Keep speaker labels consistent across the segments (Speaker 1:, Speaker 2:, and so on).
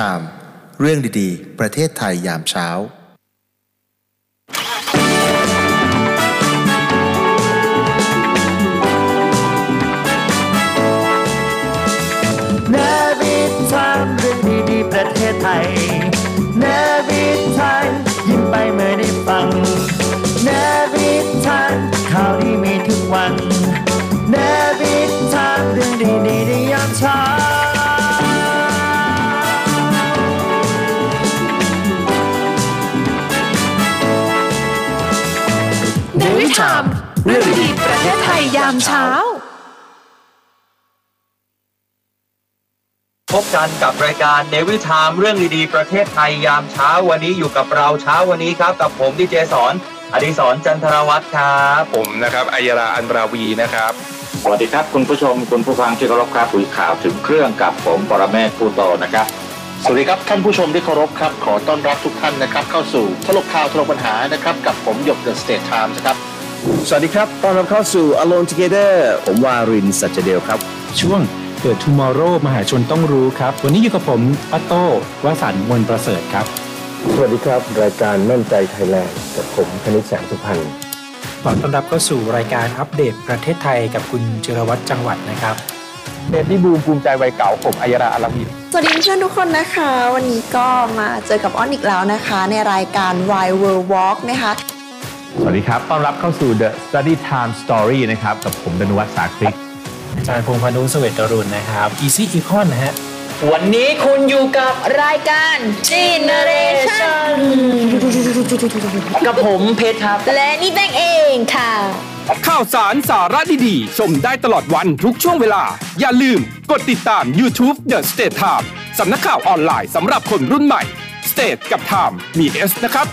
Speaker 1: t i ม e เรื่องดีๆ ประเทศไทยยามเช้า
Speaker 2: นวิทามเรื่องดีๆประเทศไทยนวิทามยิ้มไปเมื่อได้ฟังนวิทามข่าวดีมีทุกวันนวิทามเรื่องดีๆในยามเช้า
Speaker 3: เนวิทามเรื่องดีๆประเทศไทยยามเช้า
Speaker 4: พบกันกับรายการเนวิทามเรื่องดีๆประเทศไทยยามเช้าวันนี้อยู่กับเราเช้าวันนี้ครับ กับผมดีเจสอนอดิสรจันทรวัตรครับ
Speaker 5: ผมนะครับอัยราอันราวีนะครับ
Speaker 6: สวัสดีครับ คุณผู้ชมคุณผู้ฟังที่เคารพครับคุยข่าวถึงเครื่องกับผมปรเมศผู้โตนะครับ
Speaker 7: สวัสดีครับ ท่านผู้ชมที่เคารพครับ ขอต้อนรับทุกท่านนะครับ เข้าสู่ทลกข่าวทลกปัญหานะครับ กับผมหยกเดอะสเตทไทม์นะครับ
Speaker 8: สวัสดีครับ ต้อนรับเข้าสู่ Alone Together ผมวารินสัจเดลครับ
Speaker 9: ช่วงเกิด Tomorrow มหาชนต้องรู้ครับ วันนี้อยู่กับผมปัตโต้วสันต์มวลประเสริฐครับ
Speaker 10: สวัสดีครับ รายการมั่นใจไทยแลนด์กับผมคณิตแสงสุพรรณ
Speaker 9: ขอต้อนรับเข้าสู่รายการอัปเดตประเทศไทยกับคุณเจรวัตรจังหวัดนะครับ
Speaker 5: เดนนี่บูมภูมิใจวัยเก่าผมอัยราอันราวี
Speaker 3: สวัสดีเพื่อนทุกคนนะคะ วันนี้ก็มาเจอกับอ้อนอีกแล้วนะคะ ในรายการ Why World Walk นะคะ
Speaker 11: สวัสดีครับ ต้อนรับเข้าสู่ The Study Time Story นะครับ กับผมดนวัฒน์สาคริก
Speaker 9: อาจารย์พงษ์พานุเสเวตรุณนะครับ Easy Econ นะฮะ
Speaker 2: วันนี้คุณอยู่กับ
Speaker 3: รายการ Generation
Speaker 2: กับผมเพชรครับ
Speaker 3: และนี่แบงเองค่ะ
Speaker 12: ข่าวสารสาระดีๆ ชมได้ตลอดวันทุกช่วงเวลา อย่าลืมกดติดตาม YouTube The State Time สำนักข่าวออนไลน์สำหรับคนรุ่นใหม่ State กับ Time มี S นะครับ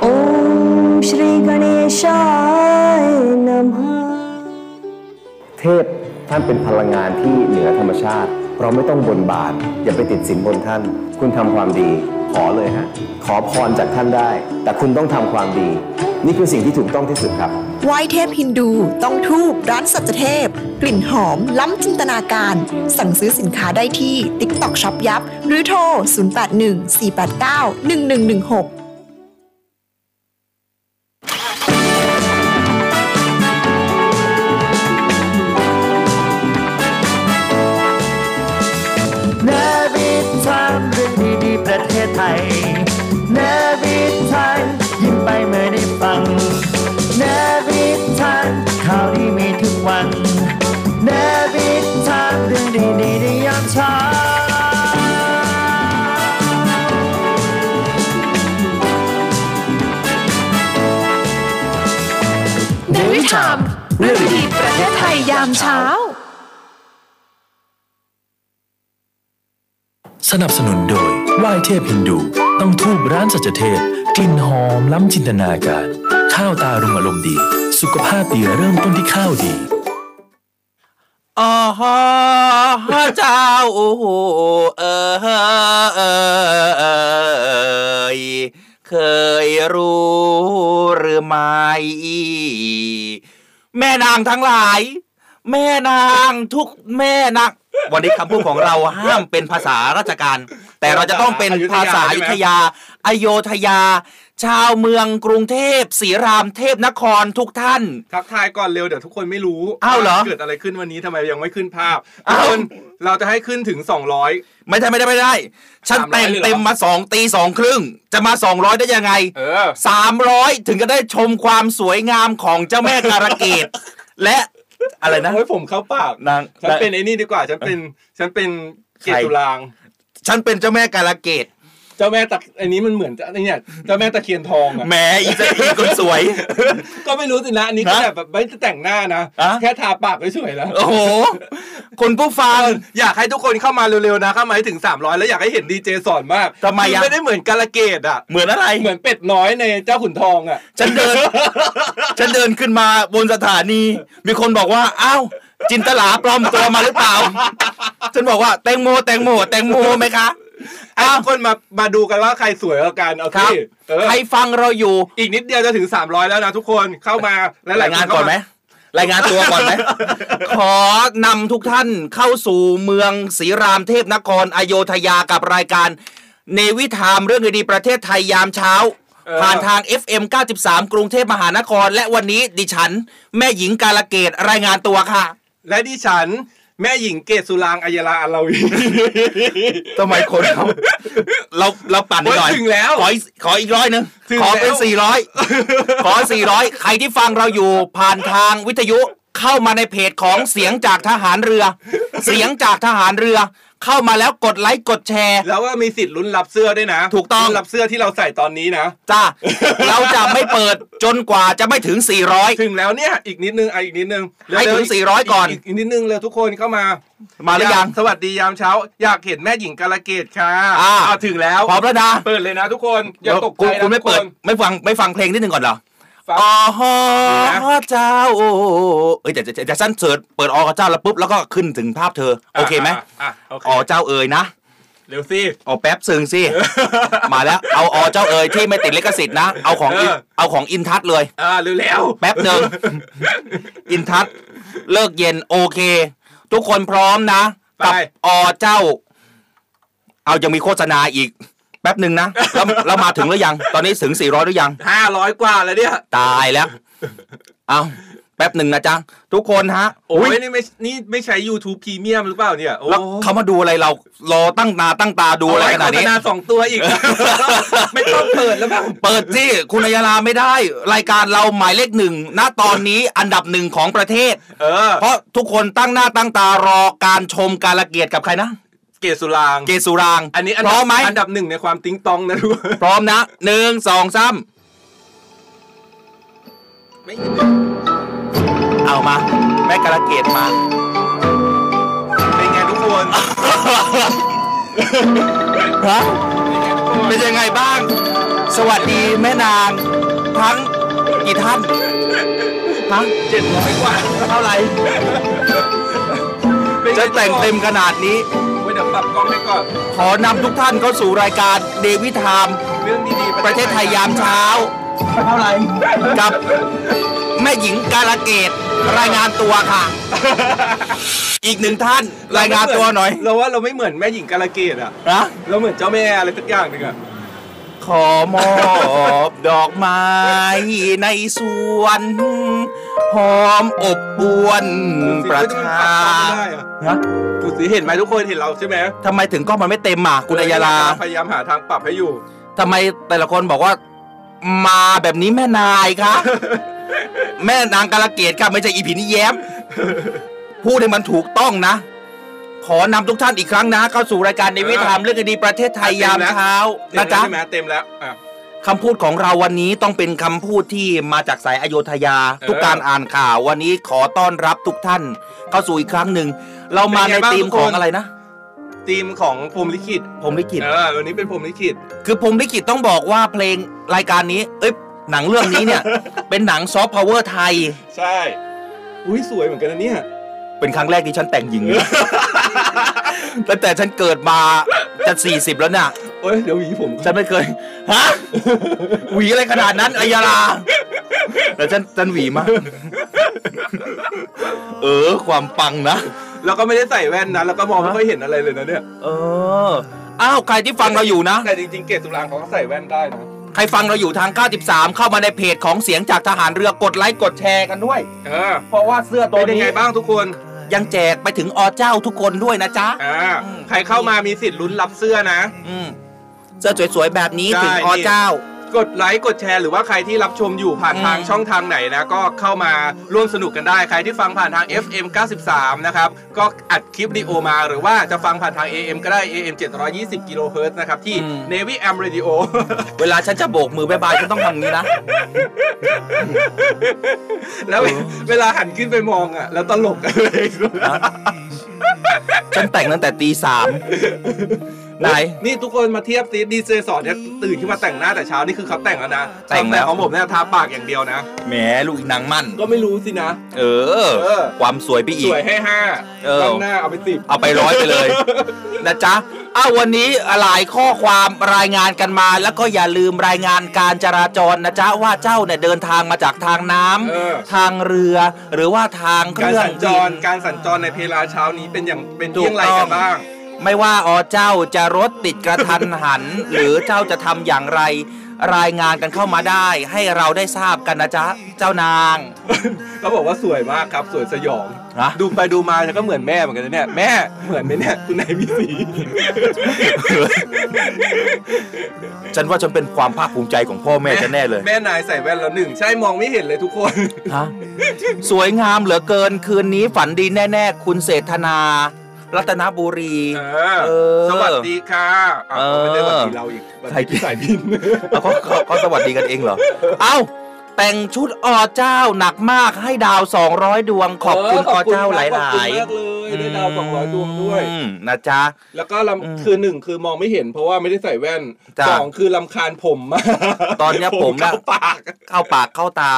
Speaker 2: โอ้ชรีกเนชายนมหา
Speaker 10: เทพท่านเป็นพลังงานที่เหนือธรรมชาติ เราไม่ต้องบนบาน อย่าไปติดสินบนท่าน คุณทำความดี ขอเลยฮะ ขอพรจากท่านได้ แต่คุณต้องทำความดี นี่คือสิ่งที่ถูกต้องที่สุดครับ
Speaker 3: ไหว้เทพฮินดู ต้องทูบร้านสัจเทพ กลิ่นหอม ล้ำจินตนาการ สั่งซื้อสินค้าได้ที่ TikTok Shop ยับ หรือโทร 0814891116
Speaker 2: นวิทามเรื่องดีๆประเทศไทยนวิทามยิ้มไปเมื่อได้ฟังนวิทามข่าวดีมีทุกวันนวิทามเรื่องดีๆในยามเช้า
Speaker 3: เนวิทามเรื่องดีๆประเทศไทยยามเช้า
Speaker 8: สนับสนุนโดยไหว้เทพฮินดู ต้องทูบร้านสัจเทพ กลิ่นหอมล้ำจินตนาการ ข้าวตารุงอารมณ์ดี สุขภาพดีเริ่มต้นที่ข้าวดี
Speaker 9: อ๋อเจ้า โอ้โห เออเออเคยรู้หรือไม่ แม่นางทั้งหลาย แม่นางทุกแม่นางวันนี้คำพูดของเราห้ามเป็นภาษาราชการ แต่เราจะต้องเป็นภาษาอยุธยา อโยธยา ชาวเมืองกรุงเทพศรีรามเทพนครทุกท่าน
Speaker 5: ทักทายก่อนเร็วเดี๋ยวทุกคนไม่รู้
Speaker 9: อ้าวเหรอ
Speaker 5: เกิดอะไรขึ้นวันนี้ทำไมยังไม่ขึ้นภาพ
Speaker 9: อ้าว
Speaker 5: ทุกคนเราจะให้ขึ้นถึง 200
Speaker 9: ไม่ได้ไม่ได้ไม่ได้ ฉัน
Speaker 5: 300
Speaker 9: แต่ง
Speaker 5: เลยเหรอ
Speaker 9: เต็มมาสองตีสองครึ่ง จะมาสองร้อยได้ยังไง
Speaker 5: เออ
Speaker 9: สามร้อยถึงจะได้ชมความสวยงามของเจ้าแม่การะเก ด และอะไรนะ
Speaker 5: เฮ้ยผมเข้าปาก
Speaker 9: นาง
Speaker 5: ฉันเป็นไอ้นี่ดีกว่าฉันเป็นฉันเป็นเก
Speaker 9: ใคร
Speaker 5: ตุลาง
Speaker 9: ฉันเป็นเจ้าแม่การะเกด
Speaker 5: เจ้าแม่ตะอันนี้มันเหมือนจะไอ้เนี่ยเจ้าแม่ตะเคียนทองอะ
Speaker 9: แหมอีเจ้าอีคนสวย
Speaker 5: ก็ไม่รู้สินะอันนี้ก็
Speaker 9: ฮะ
Speaker 5: แบบไม่ได้แต่งหน้านะ
Speaker 9: อะ
Speaker 5: แค่ทาปากเฉยๆแล้ว
Speaker 9: โอ้โหคนผู้ฟัง
Speaker 5: อยากให้ทุกคนเข้ามาเร็วๆนะเข้ามาให้ถึง 300 แล้วอยากให้เห็นดีเจสอนมาก
Speaker 9: ทำไมอะ
Speaker 5: นไม่ได้เหมือนกาลเกตอ่ะ
Speaker 9: เหมือนอะไร
Speaker 5: เหมือนเป็ดน้อยในเจ้าขุนทองอ่ะ
Speaker 9: ฉันเดิน ฉันเดินขึ้นมาบนสถานี มีคนบอกว่า อ้าว จินตลาปลอมตัวมาหรือเปล่า ฉันบอกว่าแตงโมแตงโมแตงโมไหมคะ
Speaker 5: ไอ้ทุกคนมามาดูกันว่าใครสวยกว่ากันเอา
Speaker 9: ครั
Speaker 5: ที่
Speaker 9: บ
Speaker 5: เออ
Speaker 9: ใครฟังเราอยู่
Speaker 5: อีกนิดเดียวจะถึง 300 แล้วนะทุกคนเข้ามาหลายๆ
Speaker 9: รายงาน
Speaker 5: คเข้
Speaker 9: ก่อนไหม รายงานตัวก่อน ไหม ขอนำทุกท่านเข้าสู่เมืองศรีรามเทพนครอโยธยากับรายการเนวิทามเรื่องดีๆประเทศไทยยามเช้า ผ่านทาง FM 93 กรุงเทพมหานคร และวันนี้ดิฉัน แม่หญิงกาลเกตรายงานตัวค่ะ
Speaker 5: และดิฉัน แม่หญิงเกศสุรางค์อัยยราอาลา วี
Speaker 9: ทำไมคนเขาเราเราปั่นไปหน่อย
Speaker 5: โอ้ยถึงแล้ว
Speaker 9: ขออีกขออีกร้อยหนึ่ง
Speaker 5: ถึง
Speaker 9: ขอเป็น
Speaker 5: แล้ว
Speaker 9: สี่ ร้อยขอสี่ร้อยใครที่ฟังเราอยู่ผ่านทางวิทยุเข้ามาในเพจของเสียงจากทหารเรือ เสียงจากทหารเรือ เข้ามาแล้วกดไลค์กดแชร์
Speaker 5: แล้วก็มีสิทธิ์ลุ้นรับเสื้อด้วยนะ ถูกต้องรับเสื้อที่เราใส่ตอนนี้นะ
Speaker 9: จ้า เราจะไม่เปิดจนกว่าจะไม่ถึง 400
Speaker 5: ถึงแล้วเนี่ย อีกนิดนึงอ่ะอีกนิดนึง
Speaker 9: ให้ถึง
Speaker 5: เร็วๆ
Speaker 9: 400ก่อน
Speaker 5: กอีกนิดนึงเลยทุกคนเข้ามา
Speaker 9: มา
Speaker 5: มา
Speaker 9: หรือยัง
Speaker 5: สวัสดียามเช้า อยากเห็นแม่หญิงกาลเกตค่ะ
Speaker 9: อ่า
Speaker 5: ะถึงแล้ว
Speaker 9: พร้อมแล้วนะ
Speaker 5: เปิดเลยนะทุกคนอย่าตกใจ
Speaker 9: คุณ
Speaker 5: นะทุก
Speaker 9: คุณไม่เปิด
Speaker 5: น
Speaker 9: ไม่ฟังไม่ฟังเพลงนิดนึงก่อนเหรอ
Speaker 5: ฟัง
Speaker 9: อ๋อฮะเจ้าโอ้โหเอ้ยแต่แต่แต่แต่สั้นเสิร์ชเปิดออเจ้าแล้วปุ๊บแล้วก็ขึ้นถึงภาพเธอ โอเคไหม
Speaker 5: อ่ะอ่ะโอเค
Speaker 9: อ๋อเจ้าเอ๋ยนะ
Speaker 5: เร็วสิ
Speaker 9: เอาแป๊บซึ้งสิ มาแล้ว เอาอเจ้าเอ๋ยที่ไม่ติดลิขสิทธิ์นะ เอาของอินเอาของอินทัศน์เลย
Speaker 5: อ่าเร็วแล้ว
Speaker 9: แป๊บหนึ่ง อินทัศน์เลิกเย็นโอเค ทุกคนพร้อมนะกับอเจ้า เอายังมีโฆษณาอีก แป๊บหนึ่งนะแล้วแล้วมาถึงหรือยัง ตอนนี้ถึง 400 หรือยัง
Speaker 5: ห้าร้อยกว่าแล้วเนี่ย
Speaker 9: ตายแล้ว เอาแป๊บหนึ่งนะจ๊ะ ทุกคนฮะ
Speaker 5: โอ้ย
Speaker 9: ย
Speaker 5: นี่ไม่นี่ไม่ใช้ YouTube พรีเมียมหรือเปล่าเนี่ยโอ้
Speaker 9: แล้วเขามาดูอะไรเรา รอตั้งตาตั้งตาดูอะไรขนาดนี้
Speaker 5: โฆษณาสองตัวอีก ไม่ต้องเปิดแล้วมั้ง
Speaker 9: เปิดสิคุณอัยยาลาไม่ได้ รายการเราหมายเลขหนึ่งณตอนนี้อันดับหนึ่งของประเทศ
Speaker 5: เออ
Speaker 9: เพราะทุกคนตั้งหน้าตั้งตารอการชมการละเกียดกับใครนะ
Speaker 5: เกศสุรางค์
Speaker 9: เกศสุรางค์
Speaker 5: อันนี้อัน
Speaker 9: พ
Speaker 5: ดั
Speaker 9: ร้
Speaker 5: บ
Speaker 9: อมไหม
Speaker 5: อันดับหนึ่งในความติ๊งตองนะทุกคน
Speaker 9: พร้อมนะหนึ่งสองสามเอามา แม่การละเกียดมา
Speaker 5: เป็นไงทุกคน
Speaker 9: ฮะเป็นยังไงบ้าง สวัสดีแม่นางทั้งกี่ท่านฮะ
Speaker 5: เจ็ดร้อยกว่า
Speaker 9: เท่าไหร่จะแต่งเต็มขนาดนี้
Speaker 5: ไว้เดี๋ยวปรับกล้องให้ก่อน
Speaker 9: ขอนำทุกท่านเข้าสู่รายการเดวิทาม
Speaker 5: เรื่องดีๆ
Speaker 9: ประเทศไทยยามเช้า เท่าไหร่กับแม่หญิงกาลเกตรายงานตัวค่ะ อีกหนึ่งท่านรายงานตัวหน่อย
Speaker 5: เราว่าเราไม่เหมือนแม่หญิงกาลเกตอ่ะ
Speaker 9: นะ
Speaker 5: เราเหมือนเจ้าแม่อะไรสักอย่างหนึ่งอ่ะ
Speaker 9: ขอมอบดอกไม้ในสวนหอมอบอวนประชาฮะ
Speaker 5: ดูสิเห็นไหมทุกคนเห็นเราใช่ไหม
Speaker 9: ทำไมถึงกล้องมันไม่เต็มอ่ะคุณอัยยาลา
Speaker 5: พยายามหาทางปรับให้อยู่
Speaker 9: ทำไมแต่ละคนบอกว่า มาแบบนี้แม่นายคะ แม่นางกาลเกตค่ะไม่ใช่อีผีนี่แย้ม พูดให้มันถูกต้องนะ ขอนำทุกท่านอีกครั้งนะ เข้าสู่รายการในวิถีธรรมเรื่องดีประเทศไทยยามเช้า
Speaker 5: เต็มแล้
Speaker 9: นะ
Speaker 5: ว
Speaker 9: จ๊ะ
Speaker 5: ใช่ไหมเต็มแล้วอ่ะ
Speaker 9: คำพูดของเราวันนี้ต้องเป็นคำพูดที่มาจากสายอโยธยา
Speaker 5: เออ
Speaker 9: ทุกการอ่านข่าววันนี้ขอต้อนรับทุกท่าน เข้าสู่อีกครั้งหนึ่ง เรามาในธีมของอะไรนะ
Speaker 5: ธีมของพรหมลิขิต
Speaker 9: พรหมลิขิต
Speaker 5: เออวันนี้เป็นพรหมลิขิต
Speaker 9: คือผมลิขิตต้องบอกว่าเพลงรายการนี้ เอ้ยหนังเรื่องนี้เนี่ย เป็นหนังซอฟต์พาวเวอร์ไทย
Speaker 5: ใช่ อุ้ยสวยเหมือนกันนะเนี่ย
Speaker 9: เป็นครั้งแรกที่ฉันแต่งหญิง ตั้งแต่ฉันเกิดมาจะสี่สิบแล้วน่ะ
Speaker 5: โอ้ยเดี๋ยวหวีผม
Speaker 9: ฉันไม่เคย ฮะ หวีอะไรขนาดนั้นอัยยาลาแต่ฉันฉันหวีมาก เออ ความปังนะ
Speaker 5: แล้วก็ไม่ได้ใส่แว่นนะแล้วก็มองไม่ค่อยเห็นอะไรเลยนะเนี่ย
Speaker 9: เออ อ้าว ใครที่ฟังเราอยู่นะ
Speaker 5: แต่จริงๆ เกศสุรางค์เขาก็ใส่แว่นได้นะ
Speaker 9: ใครฟังเราอยู่ทาง 93 เข้ามาในเพจของเสียงจากทหารเรือกดไลค์กดแชร์กันด้วย
Speaker 5: เออ
Speaker 9: เพราะว่าเสื้อตัว
Speaker 5: เป็นยัง
Speaker 9: นี้
Speaker 5: ไงบ้างทุกคน
Speaker 9: ยังแจกไปถึงอเจ้าทุกคนด้วยนะจ๊ะ
Speaker 5: อ่า ใครเข้ามามีสิทธิ์ลุ้นรับเสื้อนะ
Speaker 9: อืม เสื้อสวยๆแบบนี้
Speaker 5: ได้
Speaker 9: ถึงอ
Speaker 5: นี่
Speaker 9: เจ้า
Speaker 5: กดไลค์กดแชร์หรือว่าใครที่รับชมอยู่ผ่านทางช่องทางไหนนะ ก็เข้ามาร่วมสนุกกันได้ ใครที่ฟังผ่านทาง FM 93 นะครับ ก็อัดคลิปวิดีโอมาหรือว่าจะฟังผ่านทาง AM ก็ได้ AM 720กิโลเฮิรตซ์นะครับ ที่ Navy AM Radio
Speaker 9: เวลาฉันจะโบกมือบายบายฉันต้องทำอย่างนี้นะ
Speaker 5: แล้วเวลาหันขึ้นไปมองอ่ะ แล้วตลกอะไรกู
Speaker 9: ฉันแต่งตั้งแต่ตีสาม ไหน
Speaker 5: นี่ทุกคนมาเทียบซิดีเจสอนเนี่ยตื่นขึ้นมาแต่งหน้าแต่เช้านี่คือเขาแต่งแล้วนะ
Speaker 9: แต่งแล้ว
Speaker 5: ของผมเนี่ยทาปากอย่างเดียวนะ
Speaker 9: แหมลูกอีกหนังมั่น
Speaker 5: ก็ไม่รู้สินะ
Speaker 9: เออ
Speaker 5: เออ
Speaker 9: ความสวยไปอี
Speaker 5: ส
Speaker 9: ก
Speaker 5: วยให้ห้า
Speaker 9: เออ
Speaker 5: ตั้งหน้าเอาไปสิบ
Speaker 9: เอาไปร้อยไปเลย นะจ๊ะ อ้าววันนี้หลายข้อความรายงานกันมา แล้วก็อย่าลืมรายงานการจราจรนะจ๊ะว่าเจ้าเนี่ยเดินทางมาจากทางน้ำทางเรือ หรือว่าทางเค
Speaker 5: การ
Speaker 9: รื่อง
Speaker 5: สัญจ
Speaker 9: บิ
Speaker 5: ร
Speaker 9: น
Speaker 5: การสัญจรในเพลาเช้านี้เป็นอย่างเป็นเที่ยงไรกันบ้าง
Speaker 9: ไม่ว่าอเจ้าจะรถติดกระทันหัน หรือเจ้าจะทำอย่างไร รายงานกันเข้ามาได้ ให้เราได้ทราบกันนะจ๊ะ เจ้านาง
Speaker 5: เขาบอกว่าสวยมากครับสวยสยอง ดูไปดูมาแล้วก็เหมือนแม่เหมือนกันนะเนี่ย แม่เหมือนไหมเนี่ยคุณนายมีสี
Speaker 9: ฉันว่าฉันเป็นความภาคภูมิใจของพ่อแม่ฉันแน่เลย
Speaker 5: แม่นายใส่แว่นแล้วหนึ่ง ใช่มองไม่เห็นเลยทุกคน
Speaker 9: ฮะ สวยงามเหลือเกินคืนนี้ฝันดีแน่ ๆ คุณเศรษฐนา รัตนบุรี เออ
Speaker 5: สวัสดีค่ะอ่ะ
Speaker 9: เอ
Speaker 5: เขา
Speaker 9: อ
Speaker 5: ไม่ได้สวัสดีเราอีก
Speaker 9: ใครสายบินเขาเขาเขาสวัสดีกันเองเหรอ เอ้า แต่งชุดอเจ้าหนักมากให้ดาว 200 ดวงขอบคุณอเจ้าหลายๆ
Speaker 5: ขอบคุณมากเลยได้ดาวสองร้อยดวงด้วย
Speaker 9: อืมนะจ๊ะ
Speaker 5: แล้วก็ลำคือหนึ่งคือมองไม่เห็น เพราะว่าไม่ได้ใส่แว่น
Speaker 9: จ้ะ
Speaker 5: สองคือลำคาญผมมาก
Speaker 9: ตอนเนี้ยผมนะ
Speaker 5: เข้าปาก
Speaker 9: เข้าปากเข้าตา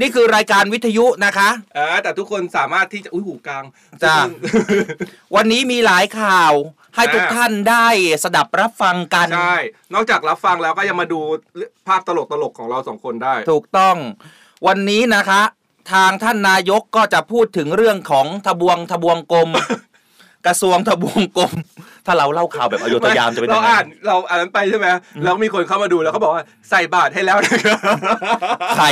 Speaker 9: นี่คือรายการวิทยุนะคะ
Speaker 5: เออแต่ทุกคนสามารถที่จะอุ้ยหูกลาง
Speaker 9: จ้า วันนี้มีหลายข่าว ให้ทุกท่านได้สดับรับฟังกัน
Speaker 5: ใช่ นอกจากรับฟังแล้วก็ยังมาดูภาพตลกตลกๆของเราสองคนได้
Speaker 9: ถูกต้อง วันนี้นะคะ ทางท่านนายกก็จะพูดถึงเรื่องของทบวงทบวงกลม กระทรวงทบวงกลม ถ้าเราเล่าข่าวแบบอโยธยามจะเป็นยั
Speaker 5: เรา
Speaker 9: งไง
Speaker 5: อ่านเราอ่านนั้นไปใช่ไหมแล้วมีคนเข้ามาดูแล้วเขาบอกว่าใส่บาทให้แล้ว นะครับ
Speaker 9: ใคร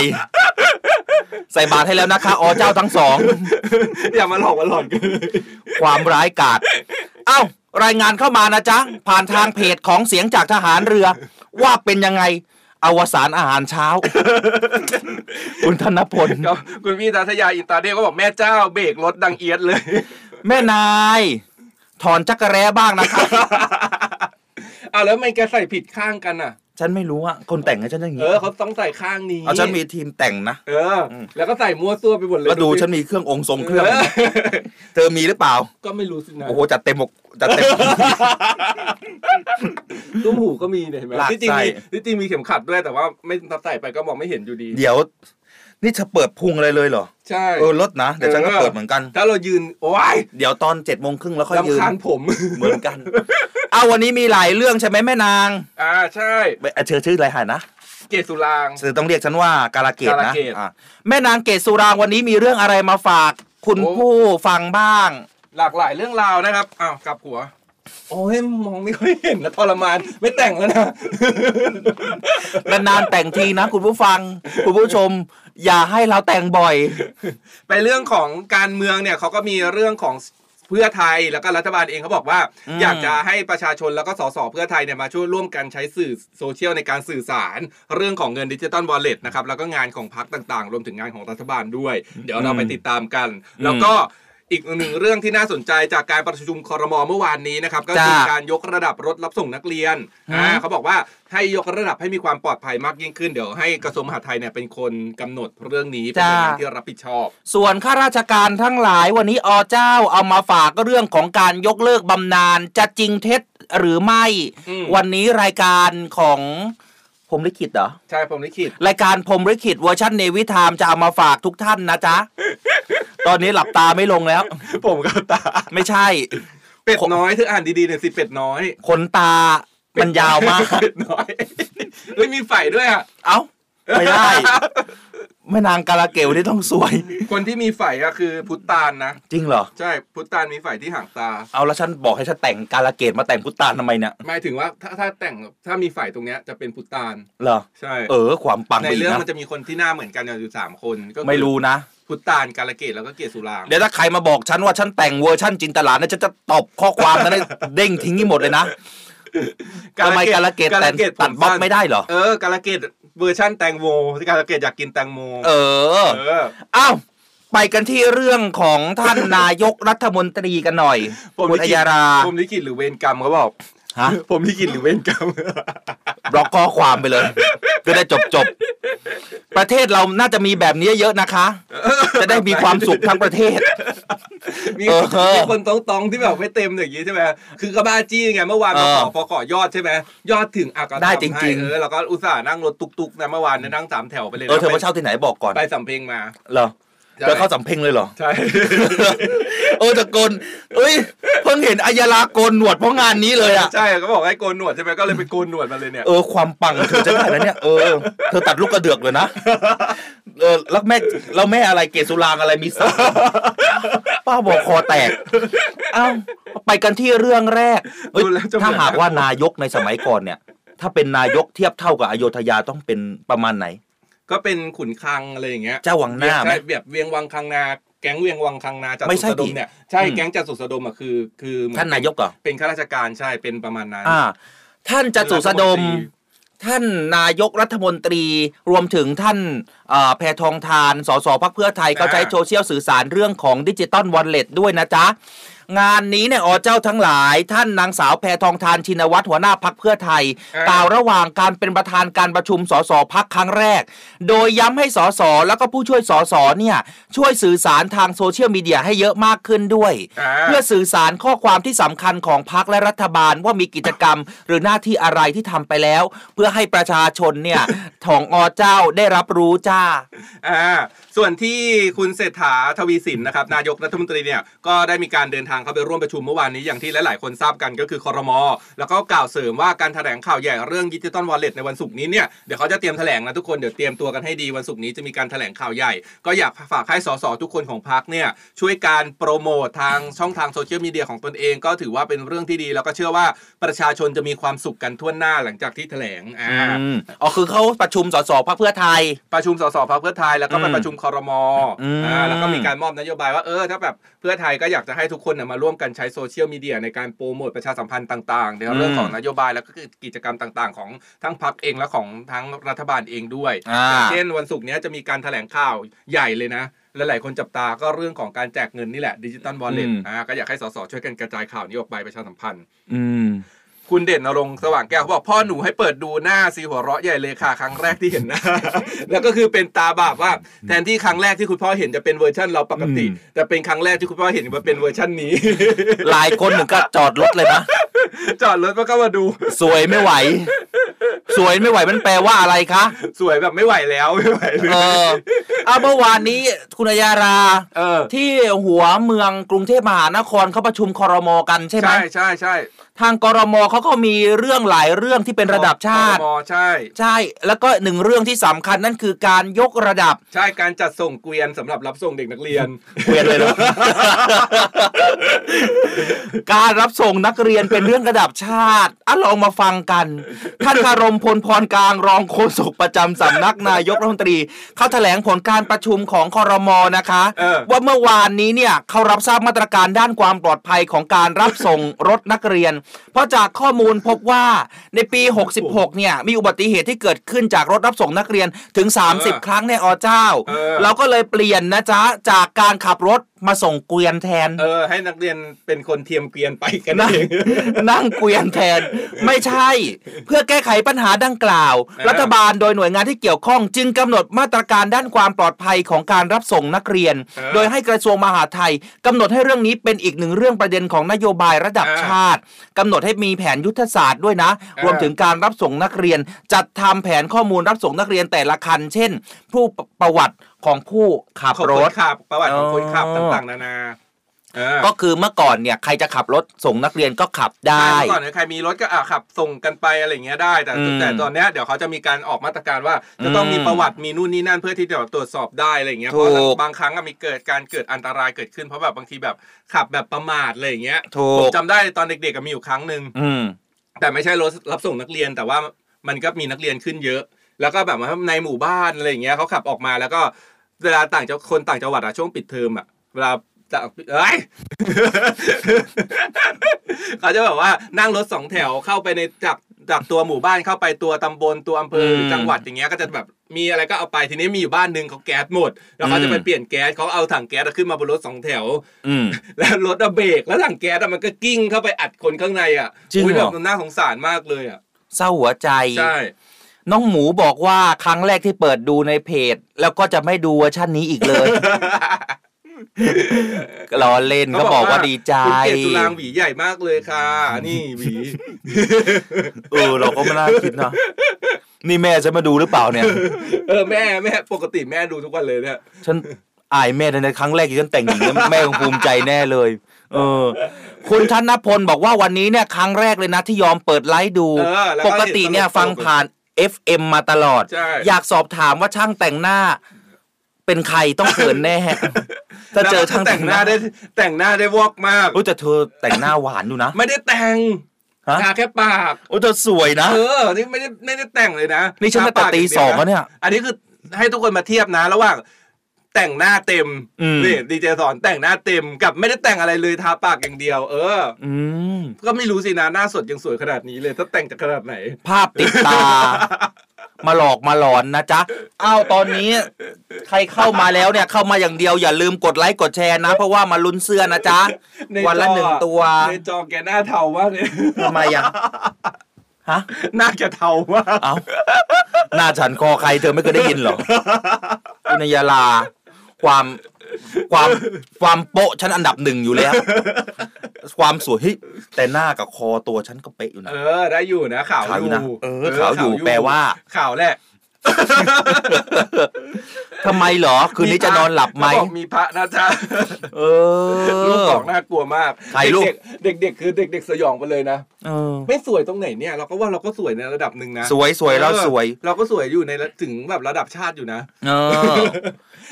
Speaker 9: ใส่บาตรให้แล้วนะคะอ๋อเจ้าทั้งสอง
Speaker 5: อย่ามาหลอกมาหลอนกัน
Speaker 9: ความร้ายกาจ เอ้า รายงานเข้ามานะจ๊ะ ผ่านทางเพจของเสียงจากทหารเรือ ว่าเป็นยังไง อวสานอาหารเช้า คุณธนพล
Speaker 5: คุณพี่ตาทยาอินตาเด้ก็บอกแม่เจ้าเบรกรถดังเอียด เลย
Speaker 9: แม่นาย ถอนจักรแร้บ้างนะครับ
Speaker 5: อ้าวแล้วทำไมแกใส่ผิดข้างกันอ่ะ
Speaker 9: ฉันไม่รู้อะคนแต่งให้ฉันอย่าง
Speaker 5: เอ
Speaker 9: นี้
Speaker 5: อเขาต้องใส่ข้างนี้
Speaker 9: เอาฉันมีทีมแต่งนะ
Speaker 5: เออ แล้วก็ใส่มั่วซั่วไปหมดเลย
Speaker 9: แล้วดูฉันมีเครื่ององค์ทรงเครื่อง เธอมีหรือเปล่า
Speaker 5: ก็ไม่รู้สินะ
Speaker 9: โอ้โห จัดเต็มหมกจัดเต็ม
Speaker 5: ตุ้มหูก็มีเนี่ยเห็นไหม
Speaker 9: ลาก
Speaker 5: ที่จริงมี
Speaker 9: ไส้
Speaker 5: ที่จริงมีเข็มขัดด้วยแต่ว่าไม่ใส่ไปก็มองไม่เห็นอยู่ดี
Speaker 9: เดี๋ยว นี่เธอเปิดพุงอะไรเลยเหรอ
Speaker 5: ใช่
Speaker 9: เออลดนะ เดี๋ยวฉันก็เปิดเหมือนกัน
Speaker 5: ถ้าเรายืน โอ้ย
Speaker 9: เดี๋ยวตอนเจ็ดโมงครึ่งแล้วค่อยยืน
Speaker 5: รำคาญผม
Speaker 9: เหมือนกัน เอาวันนี้มีหลายเรื่องใช่ไหมแม่นาง
Speaker 5: อ่าใช่
Speaker 9: ไปเชิญชื่ออะไรหายนะ
Speaker 5: เกศสุราง
Speaker 9: เธอต้องเรียกฉันว่ากาลาเกต
Speaker 5: กา
Speaker 9: นะ
Speaker 5: ลาเกต
Speaker 9: อ่ะแม่นางเกตสุรางวันนี้มีเรื่องอะไรมาฝาก คุณผู้ฟังบ้าง
Speaker 5: หลากหลายเรื่องราวนะครับอ้าวกลับหัว โอ้ยมองไม่ค่อยเห็นนะทรมานไม่แต่งแล้วนะ
Speaker 9: นานๆแต่งทีนะ คุณผู้ฟัง คุณผู้ชม อย่าให้เราแต่งบ่อย
Speaker 5: ไปเรื่องของการเมืองเนี่ยเขาก็มีเรื่องของเพื่อไทยแล้วก็รัฐบาลเองเขาบอกว่า
Speaker 9: อืม
Speaker 5: อยากจะให้ประชาชนแล้วก็สสเพื่อไทยเนี่ยมาช่วยร่วมกันใช้สื่อโซเชียลในการสื่อสาร เรื่องของเงินดิจิตอลวอลเล็ตนะครับแล้วก็งานของพรรคต่างๆ รวมถึงงานของรัฐบาลด้วย เดี๋ยวเราไปติดตามกัน
Speaker 9: อืม
Speaker 5: แล้วก็อีกหนึ่งเรื่องที่น่าสนใจจากการประชุมคอรมอเมื่อวานนี้นะครับก็คือ
Speaker 9: จ้า
Speaker 5: การยกระดับรถรับส่งนักเรียนอ่าเขาบอกว่าให้ยกระดับให้มีความปลอดภัยมากยิ่งขึ้นเดี๋ยวให้กระทรวงมหาดไทยเนี่ยเป็นคนกำหนดเรื่องนี้เป็นหน่วยงานที่รับผิดชอบ
Speaker 9: ส่วนข้าราชการทั้งหลายวันนี้อเจ้าเอามาฝากเรื่องของการยกเลิกบำนาญจะจริงเท็จหรือไม่
Speaker 5: อืม
Speaker 9: วันนี้รายการของผมลิขิตเหรอ
Speaker 5: ใช่ผมลิ ขิต
Speaker 9: รายการผมลิขิตเวอร์ชันเนวิทามจะเอามาฝากทุกท่านนะจ๊ะ ตอนนี้หลับตาไม่ลงแล้ว
Speaker 5: ผมก็ตา
Speaker 9: ไม่ใช่
Speaker 5: เป็ดน้อยเธออ่านดีๆหน่อยสิเป็ดน้อย
Speaker 9: ขนตา มันยาว มาก
Speaker 5: เป็ด น้อยเฮ้ยมีไฝ่ด้วยอ่ะ
Speaker 9: เอ้า ไม่ได้ แม่นางกาลาเกลนี่ต้องสวย
Speaker 5: คนที่มีไฝ่อะคือพุตตานนะ
Speaker 9: จริงเหรอ
Speaker 5: ใช่พุตตานมีไฝ่ที่หางตา
Speaker 9: เอาแล้วฉันบอกให้ฉันแต่งกาลาเกตมาแต่งพุตตานทำไมเนี่ย
Speaker 5: หมายถึงว่าถ้าถ้าแต่งถ้ามีไฝ่ตรงเนี้ยจะเป็นพุตตาน
Speaker 9: เหรอ
Speaker 5: ใช่
Speaker 9: เออ ความปัง
Speaker 5: ใน
Speaker 9: ไปอีก
Speaker 5: เรื่อง
Speaker 9: นะ
Speaker 5: มันจะมีคนที่หน้าเหมือนกันอยู่สามคนก็คือ
Speaker 9: ไม่รู้นะ
Speaker 5: พุตตานกาลเกตแล้วก็เกศสุราง
Speaker 9: เดี๋ยวถ้าใครมาบอกฉันว่าฉันแต่งเวอร์ชั่นจินตลาเนี่ยฉันจะตอบข้อความนั้นให้ เด้งทิ้งให้หมดเลยนะทำไมกาลาเกตแต่งตัดบล็อกไม่ได้เหรอ
Speaker 5: เออกาลเกตเวอร์ชั่นแตงโมที่กาลเกตอยากกินแตงโม
Speaker 9: เออ
Speaker 5: เออ
Speaker 9: เอ้า ไปกันที่เรื่องของท่าน นายกรัฐมนตรีกันหน่อย
Speaker 5: ผม
Speaker 9: คุณ
Speaker 5: ลิ
Speaker 9: อั
Speaker 5: ขิต
Speaker 9: ยารา
Speaker 5: ผมลิขิตหรือเวรกรรมเขาบอก
Speaker 9: ฮะ
Speaker 5: ผมลิขิตหรือเวรกรรม
Speaker 9: บล็อกข้อความไปเลย จะได้จบจบๆประเทศเราน่าจะมีแบบนี้เยอะนะคะ จะได้มีความสุขทั้งประเทศ
Speaker 5: มี
Speaker 9: เออ
Speaker 5: มีคนตรงๆที่แบบไม่เต็มอย่างนี้ใช่ไหมคือก็บ้าจี้ไงเมื่อวาน
Speaker 9: เอ
Speaker 5: มา
Speaker 9: อ
Speaker 5: ขอพอขอยอดใช่ไหมยอดถึงอ่ะก็
Speaker 9: ได้
Speaker 5: ทำให้
Speaker 9: จริงๆ
Speaker 5: เออเราก็อุตส่าห์นั่งรถตุกๆนะเมื่อวานเนี่ยนั่งสามแถวไปเลย
Speaker 9: เออเธอ
Speaker 5: ไป
Speaker 9: มาเช่าที่ไหนบอกก่อน
Speaker 5: ไปสำเพ็งมา
Speaker 9: เหรอ เจอเข้าสำเพ็งเลยเหรอ
Speaker 5: ใช่
Speaker 9: เออแต่โกนเอ้ย เพิ่งเห็นอัยยาลาโกนหนวดเพราะงานนี้เลยอ่ะ
Speaker 5: ใช่ก็บอกให้โกนหนวดใช่ไหมก็เลยไปโกนหนวดมาเลยเนี่ย
Speaker 9: เออ ความปังเธอจะได้นะเนี่ยเออเธอตัดลูกกระเดือกเลยนะ เออแล้วแม่แล้วแม่อะไรเกสุรางอะไรมีสักป้าบอกคอแตก เอ้าไปกันที่เรื่องแรกเอ้ยถ้าหากว่านายกในสมัยก่อนเนี่ย ถ้าเป็นนายกเทียบเท่ากับอโยธยาต้องเป็นประมาณไหน
Speaker 5: ก็เป็นขุนคลังอะไรอย่างเงี้ย
Speaker 9: เจ้าวังหน้าไหม
Speaker 5: ใช่แบบเวียงวังคลังนา แก๊งเวียงวังคลังนาจัด
Speaker 9: ไม่
Speaker 5: สุ
Speaker 9: ใช่
Speaker 5: สด
Speaker 9: ดิ
Speaker 5: มเนี่ยใช่
Speaker 9: อืม
Speaker 5: แก๊งจัดสุสดมอ่ะคือ คือเหมือ
Speaker 9: ท่านนายกเหรอ
Speaker 5: เป็นข้าราชการใช่เป็นประมาณนั้น
Speaker 9: อ่า ท่านจตุสดม ท่านนายกรัฐมนตรีรวมถึงท่านเอ่อแพทองทานสสพักเพื่อไทยเขาใช้โซเชียลสื่อสารเรื่องของดิจิตอลวอลเล็ตด้วยนะจ๊ะ งานนี้เนี่ยอ๋อเจ้าทั้งหลาย ท่านนางสาวแพทองทานชินวัตรหัวหน้าพักเพื่อไทย
Speaker 5: อ่าก
Speaker 9: ล่าวระหว่างการเป็นประธานการประชุมสสพักครั้งแรก โดยย้ำให้สสแล้วก็ผู้ช่วยสสเนี่ยช่วยสื่อสารทางโซเชียลมีเดียให้เยอะมากขึ้นด้วย
Speaker 5: อ่า
Speaker 9: เพื่อสื่อสารข้อความที่สำคัญของพักและรัฐบาลว่ามีกิจกรรม หรือหน้าที่อะไรที่ทำไปแล้ว เพื่อให้ประชาชนเนี่ย ของอเจ้าได้รับรู้จ้า
Speaker 5: อ่าส่วนที่คุณเศรษฐาทวีสินนะครับนายกรัฐมนตรีเนี่ยก็ได้มีการเดินทางเข้าไปร่วมประชุมเมื่อวานนี้อย่างที่หลาย ๆ คนทราบกันก็คือคอรมอแล้วก็กล่าวเสริมว่าการแถลงข่าวใหญ่เรื่องดิจิตอลวอลเล็ตในวันศุกร์นี้เนี่ยเดี๋ยวเขาจะเตรียมแถลงนะทุกคนเดี๋ยวเตรียมตัวกันให้ดีวันศุกร์นี้จะมีการแถลงข่าวใหญ่ ก็อยากฝากให้สสทุกคนของพรรคเนี่ยช่วยการโปรโมททางช่องทางโซเชียลมีเดียของตนเองก็ถือว่าเป็นเรื่องที่ดี แล้วก็เชื่อว่าประชาชนจะมีความสุขกันทั่วหน้าหลังจากที่แถลงอ่า
Speaker 9: อืมอ๋อคือเขาประชุมสสพักเพื่อไทย
Speaker 5: ประชุมสสพักเพื่อไทยแล้วก็ไป
Speaker 9: อืม
Speaker 5: ประชุมคอรมอ
Speaker 9: อืม
Speaker 5: าแล้วก็มีการมอบนโยบายว่าเออถ้าแบบเพื่อไทยก็อยากจะให้ทุกคนน่ะมาร่วมกันใช้โซเชียลมีเดียในการโปรโมทประชาสัมพันธ์ต่างๆในเรื่องของนโยบายแล้วก็กิจกรรมต่างๆ ของทั้งพักเองและของทั้งรัฐบาลเองด้วย
Speaker 9: อ่า
Speaker 5: อย่างเช่นวันศุกร์เนี้ยจะมีการแถลงข่าวใหญ่เลยนะและหลายคนจับตาก็เรื่องของการแจกเงินนี่แหละดิจิตอลวอลเล็ต
Speaker 9: อืม
Speaker 5: อ่าก็อยากให้สสช่วยกันกระจายข่าวนี้ออกไปประชาสัมพันธ์
Speaker 9: อืม
Speaker 5: คุณเด่นนรงค์สว่างแก้วเขาบอกพ่อหนูให้เปิดดูหน้าซีหัวเราะใหญ่เลยค่ะครั้งแรกที่เห็นหนะ แล้วก็คือเป็นตาบาปว่าแทนที่ครั้งแรกที่คุณพ่อเห็นจะเป็นเวอร์ชันเราปกติ แต่เป็นครั้งแรกที่คุณพ่อเห็นว่าเป็นเวอร์ชันนี้
Speaker 9: หลายคนถึงก็จอดรถเลยนะ
Speaker 5: จอดรถแล้วก็มาดู
Speaker 9: สวยไม่ไหว สวยไม่ไหวมันแปลว่าอะไรคะ
Speaker 5: สวยแบบไม่ไหวแล้วไม่ไหวเลย
Speaker 9: เออเอาเมื่อวานนี้คุณอัยยาราที่หัวเมืองกรุงเทพมหานครเขาประชุมคอรมอกันใช่ไหม
Speaker 5: ใช่ใช่ใช่
Speaker 9: ทางกรมเขาก็มีเรื่องหลายเรื่องที่เป็นระดับชาติ
Speaker 5: มใช่
Speaker 9: ใช่แล้วก็หนึ่งเรื่องที่สำคัญนั่นคือการยกระดับ
Speaker 5: ใช่การจัดส่งเกวียนสำหรับรับส่งเด็กนักเรียน
Speaker 9: เกวียนเลยเหรอ การรับส่งนักเรียนเป็นเรื่องระดับชาติอ่ะลองมาฟังกัน ท่านคารมพลพรกลางรองโฆษกประจำสำนักนายกรัฐมนตรีเขาแถลงผลการประชุมของคอรมอนะคะ ว่าเมื่อวานนี้เนี่ยเขารับทราบมาตรการด้านความปลอดภัยของการรับส่งรถนักเรียน เพราะจากข้อมูลพบว่าในปี 66 เนี่ยมีอุบัติเหตุที่เกิดขึ้นจากรถรับส่งนักเรียนถึง 30 ครั้งในอเจ้า เราก็เลยเปลี่ยนนะจ๊ะ จากการขับรถมาส่งเกวียนแทน
Speaker 5: เออ ให้นักเรียนเป็นคนเทียมเกวียนไปกันเอง
Speaker 9: นั่งเกวียนแทน ไม่ใช่ เพื่อแก้ไขปัญหาดังกล่าว
Speaker 5: อ่ารั
Speaker 9: รัฐบาลโดยหน่วยงานที่เกี่ยวข้อง จึงกำหนดมาตรการด้านความปลอดภัยของการรับส่งนักเรียน โดยให้กระทรวงมหาดไทยกำหนดให้เรื่องนี้เป็นอีกหนึ่งเรื่องประเด็นของนโยบายระดับชาติกำหนดให้มีแผนยุทธศาสตร์ด้วยนะ รวมถึงการรับส่งนักเรียน จัดทำแผนข้อมูลรับส่งนักเรียนแต่ละคัน เช่น ผู้ประวัติของผู้ขับ
Speaker 5: ของ
Speaker 9: ร
Speaker 5: คน
Speaker 9: ถ
Speaker 5: ขับประวัติของคนขับ
Speaker 9: อ๋อ
Speaker 5: ต่างๆ นานา
Speaker 9: ก็คือเมื่อก่อนเนี่ยใครจะขับรถส่งนักเรียนก็ขับได้
Speaker 5: ใช่เมื่อก่อนเนี่ยใครมีรถก็อ่ะขับส่งกันไปอะไรอย่างเงี้ยได้ แต่
Speaker 9: อืม
Speaker 5: แต่ตอนเนี้ยเดี๋ยวเขาจะมีการออกมาตรการว่า จะต้องมีประวัติมีนู่นนี่นั่นเพื่อที่จะตรวจสอบได้อะไรอย่างเงี้ยเพ
Speaker 9: ถูก
Speaker 5: ราะบางครั้งอะมีเกิดการเกิดอันตรายเกิดขึ้น เพราะแบบบางทีแบบขับแบบประมาทอะไรอย่างเงี้ย
Speaker 9: ถู
Speaker 5: ผม
Speaker 9: ก
Speaker 5: จำได้ตอนเด็กๆก็มีอยู่ครั้งหนึ่ง
Speaker 9: อืม
Speaker 5: แต่ไม่ใช่รถรับส่งนักเรียน แต่ว่ามันก็มีนักเรียนขึ้นเยอะ แล้วก็แบบว่าในหมู่บ้านอะไรอย่างเงี้ยเขาขับออกมาแล้วก็เวลาต่างจังคนต่างจังหวัดอะช่วงปิดเทอมอะเวลาจะเอ้ย เขาจะแบบว่านั่งรถสองแถวเข้าไปในจากจากตัวหมู่บ้านเข้าไปตัวตำบลตัวอำเภอหรือจังหวัดอย่างเงี้ยก็จะแบบมีอะไรก็เอาไปทีนี้มีอยู่บ้านหนึ่งเขาแก๊สหมด แล้วเขาจะไป
Speaker 9: อืม
Speaker 5: เปลี่ยนแก๊สเขาเอาถังแก๊สอะขึ้นมาบนรถสองแถว
Speaker 9: อืม
Speaker 5: แล้วรถอะเบรกแล้วถังแก๊สอะมันก็กิ้งเข้าไปอัดคนข้างในอ่ะ
Speaker 9: จริง
Speaker 5: อุ๊ย
Speaker 9: เหรอ
Speaker 5: แบบน่าสงสารมากเลยอ่ะ
Speaker 9: เศร้าหัวใจ
Speaker 5: ใช่
Speaker 9: น้องหมูบอกว่าครั้งแรกที่เปิดดูในเพจ แล้วก็จะไม่ดูเวอร์ชันนี้อีก เลยล้อเล่นก็บอกว่าดีใจ
Speaker 5: คุณเกศสุรางค์หวีใหญ่มากเลย ค่ะ นี่หวี
Speaker 9: เออ เราก็ไม่น่าคิดเนาะนี่แม่จะมาดูหรือเปล่าเนี่ย
Speaker 5: เออแม่แม่ปกติแม่ดูทุกวันเลยเนี่ย
Speaker 9: ฉัน อายแม่เลยนะครั้งแรกที่ฉันแต่งหญิงนะแม่คงภูมิใจแน่เลย เออ คุณธนพลบอกว่าวันนี้เนี่ยครั้งแรกเลยนะที่ยอมเปิดไลฟ์ดู
Speaker 5: เออแล้วก็
Speaker 9: ปกติเนี่ย
Speaker 5: สนุก
Speaker 9: ฟังผ่าน FM มาตลอด
Speaker 5: ใช่
Speaker 9: อยากสอบถามว่าช่างแต่งหน้า เป็นใครต้องเขินแน่ ถ้าเจอช่างแต่งหน้าได้
Speaker 5: แต่งหน้าได้วอกมาก
Speaker 9: โอ้แต่เธอแต่งหน้าหวานดูนะ
Speaker 5: ไม่ได้แต่งทาแค่ปาก
Speaker 9: โอ้แต่สวยนะ
Speaker 5: เออนี่ไม่ได้ไม่ได้แต่งเลยนะ
Speaker 9: นี่ฉัน
Speaker 5: ทาปาก
Speaker 9: ตั้งแต่ตี
Speaker 5: างดีว
Speaker 9: สองแล้วเนี่ย
Speaker 5: อันนี้คือให้ทุกคนมาเทียบนะ ระหว่างแต่งหน้าเต็ม
Speaker 9: อืม
Speaker 5: นี่ดีเจสอนแต่งหน้าเต็มกับไม่ได้แต่งอะไรเลยทาปากอย่างเดียว เออ
Speaker 9: อืม
Speaker 5: ก็ไม่รู้สินะหน้าสดยังสวยขนาดนี้เลย ถ้าแต่งจะขนาดไหน
Speaker 9: ภาพติดตา มาหลอกมาหลอนนะจ๊ะอ้าวตอนนี้ ใครเข้ามาแล้วเนี่ยเข้ามาอย่างเดียวอย่าลืมกดไลค์กดแชร์นะ เพราะว่ามาลุ้นเสื้อนะจ๊ะ
Speaker 5: ในจอ
Speaker 9: วันละหนึ่งตัว
Speaker 5: ในจอแกหน้าเทาว่าเนี่ย
Speaker 9: ทำไมอ่ะ ฮะ
Speaker 5: หน้าแกเทาว่า
Speaker 9: เอ้าหน้าฉันคอใครเธอไม่เคยได้ยินหรอคุณนยาลา ความความความโปะฉันอันดับหนึ่งอยู่แล้ว ความสวยเฮ้ยแต่หน้ากับคอตัวฉันก็เป๊ะอยู่นะ
Speaker 5: เออ ได้อยู่นะขาว
Speaker 9: ขาว
Speaker 5: อ
Speaker 9: อยู่
Speaker 5: ยู่
Speaker 9: นะเออขาวอยู่แปลว่า
Speaker 5: ขาวแหละ
Speaker 9: ทำไมเหรอ คืนนี้จะนอนหลับไหม
Speaker 5: เขาบอกมีพระนะจ๊ะ
Speaker 9: เออ
Speaker 5: ลูกของน่ากลัวมาก
Speaker 9: ใครลูก
Speaker 5: เด็กๆเด็กๆคือเด็ก ๆ สยองไปเลยนะ
Speaker 9: เออ
Speaker 5: ไม่สวยตรงไหนเนี่ย เราก็ว่าเราก็สวยในระดับหนึ่งนะ
Speaker 9: สวยสวยเรา
Speaker 5: ออ
Speaker 9: สวย
Speaker 5: เราก็สวยอยู่ในระถึงแบบระดับชาติอยู่นะ
Speaker 9: เออ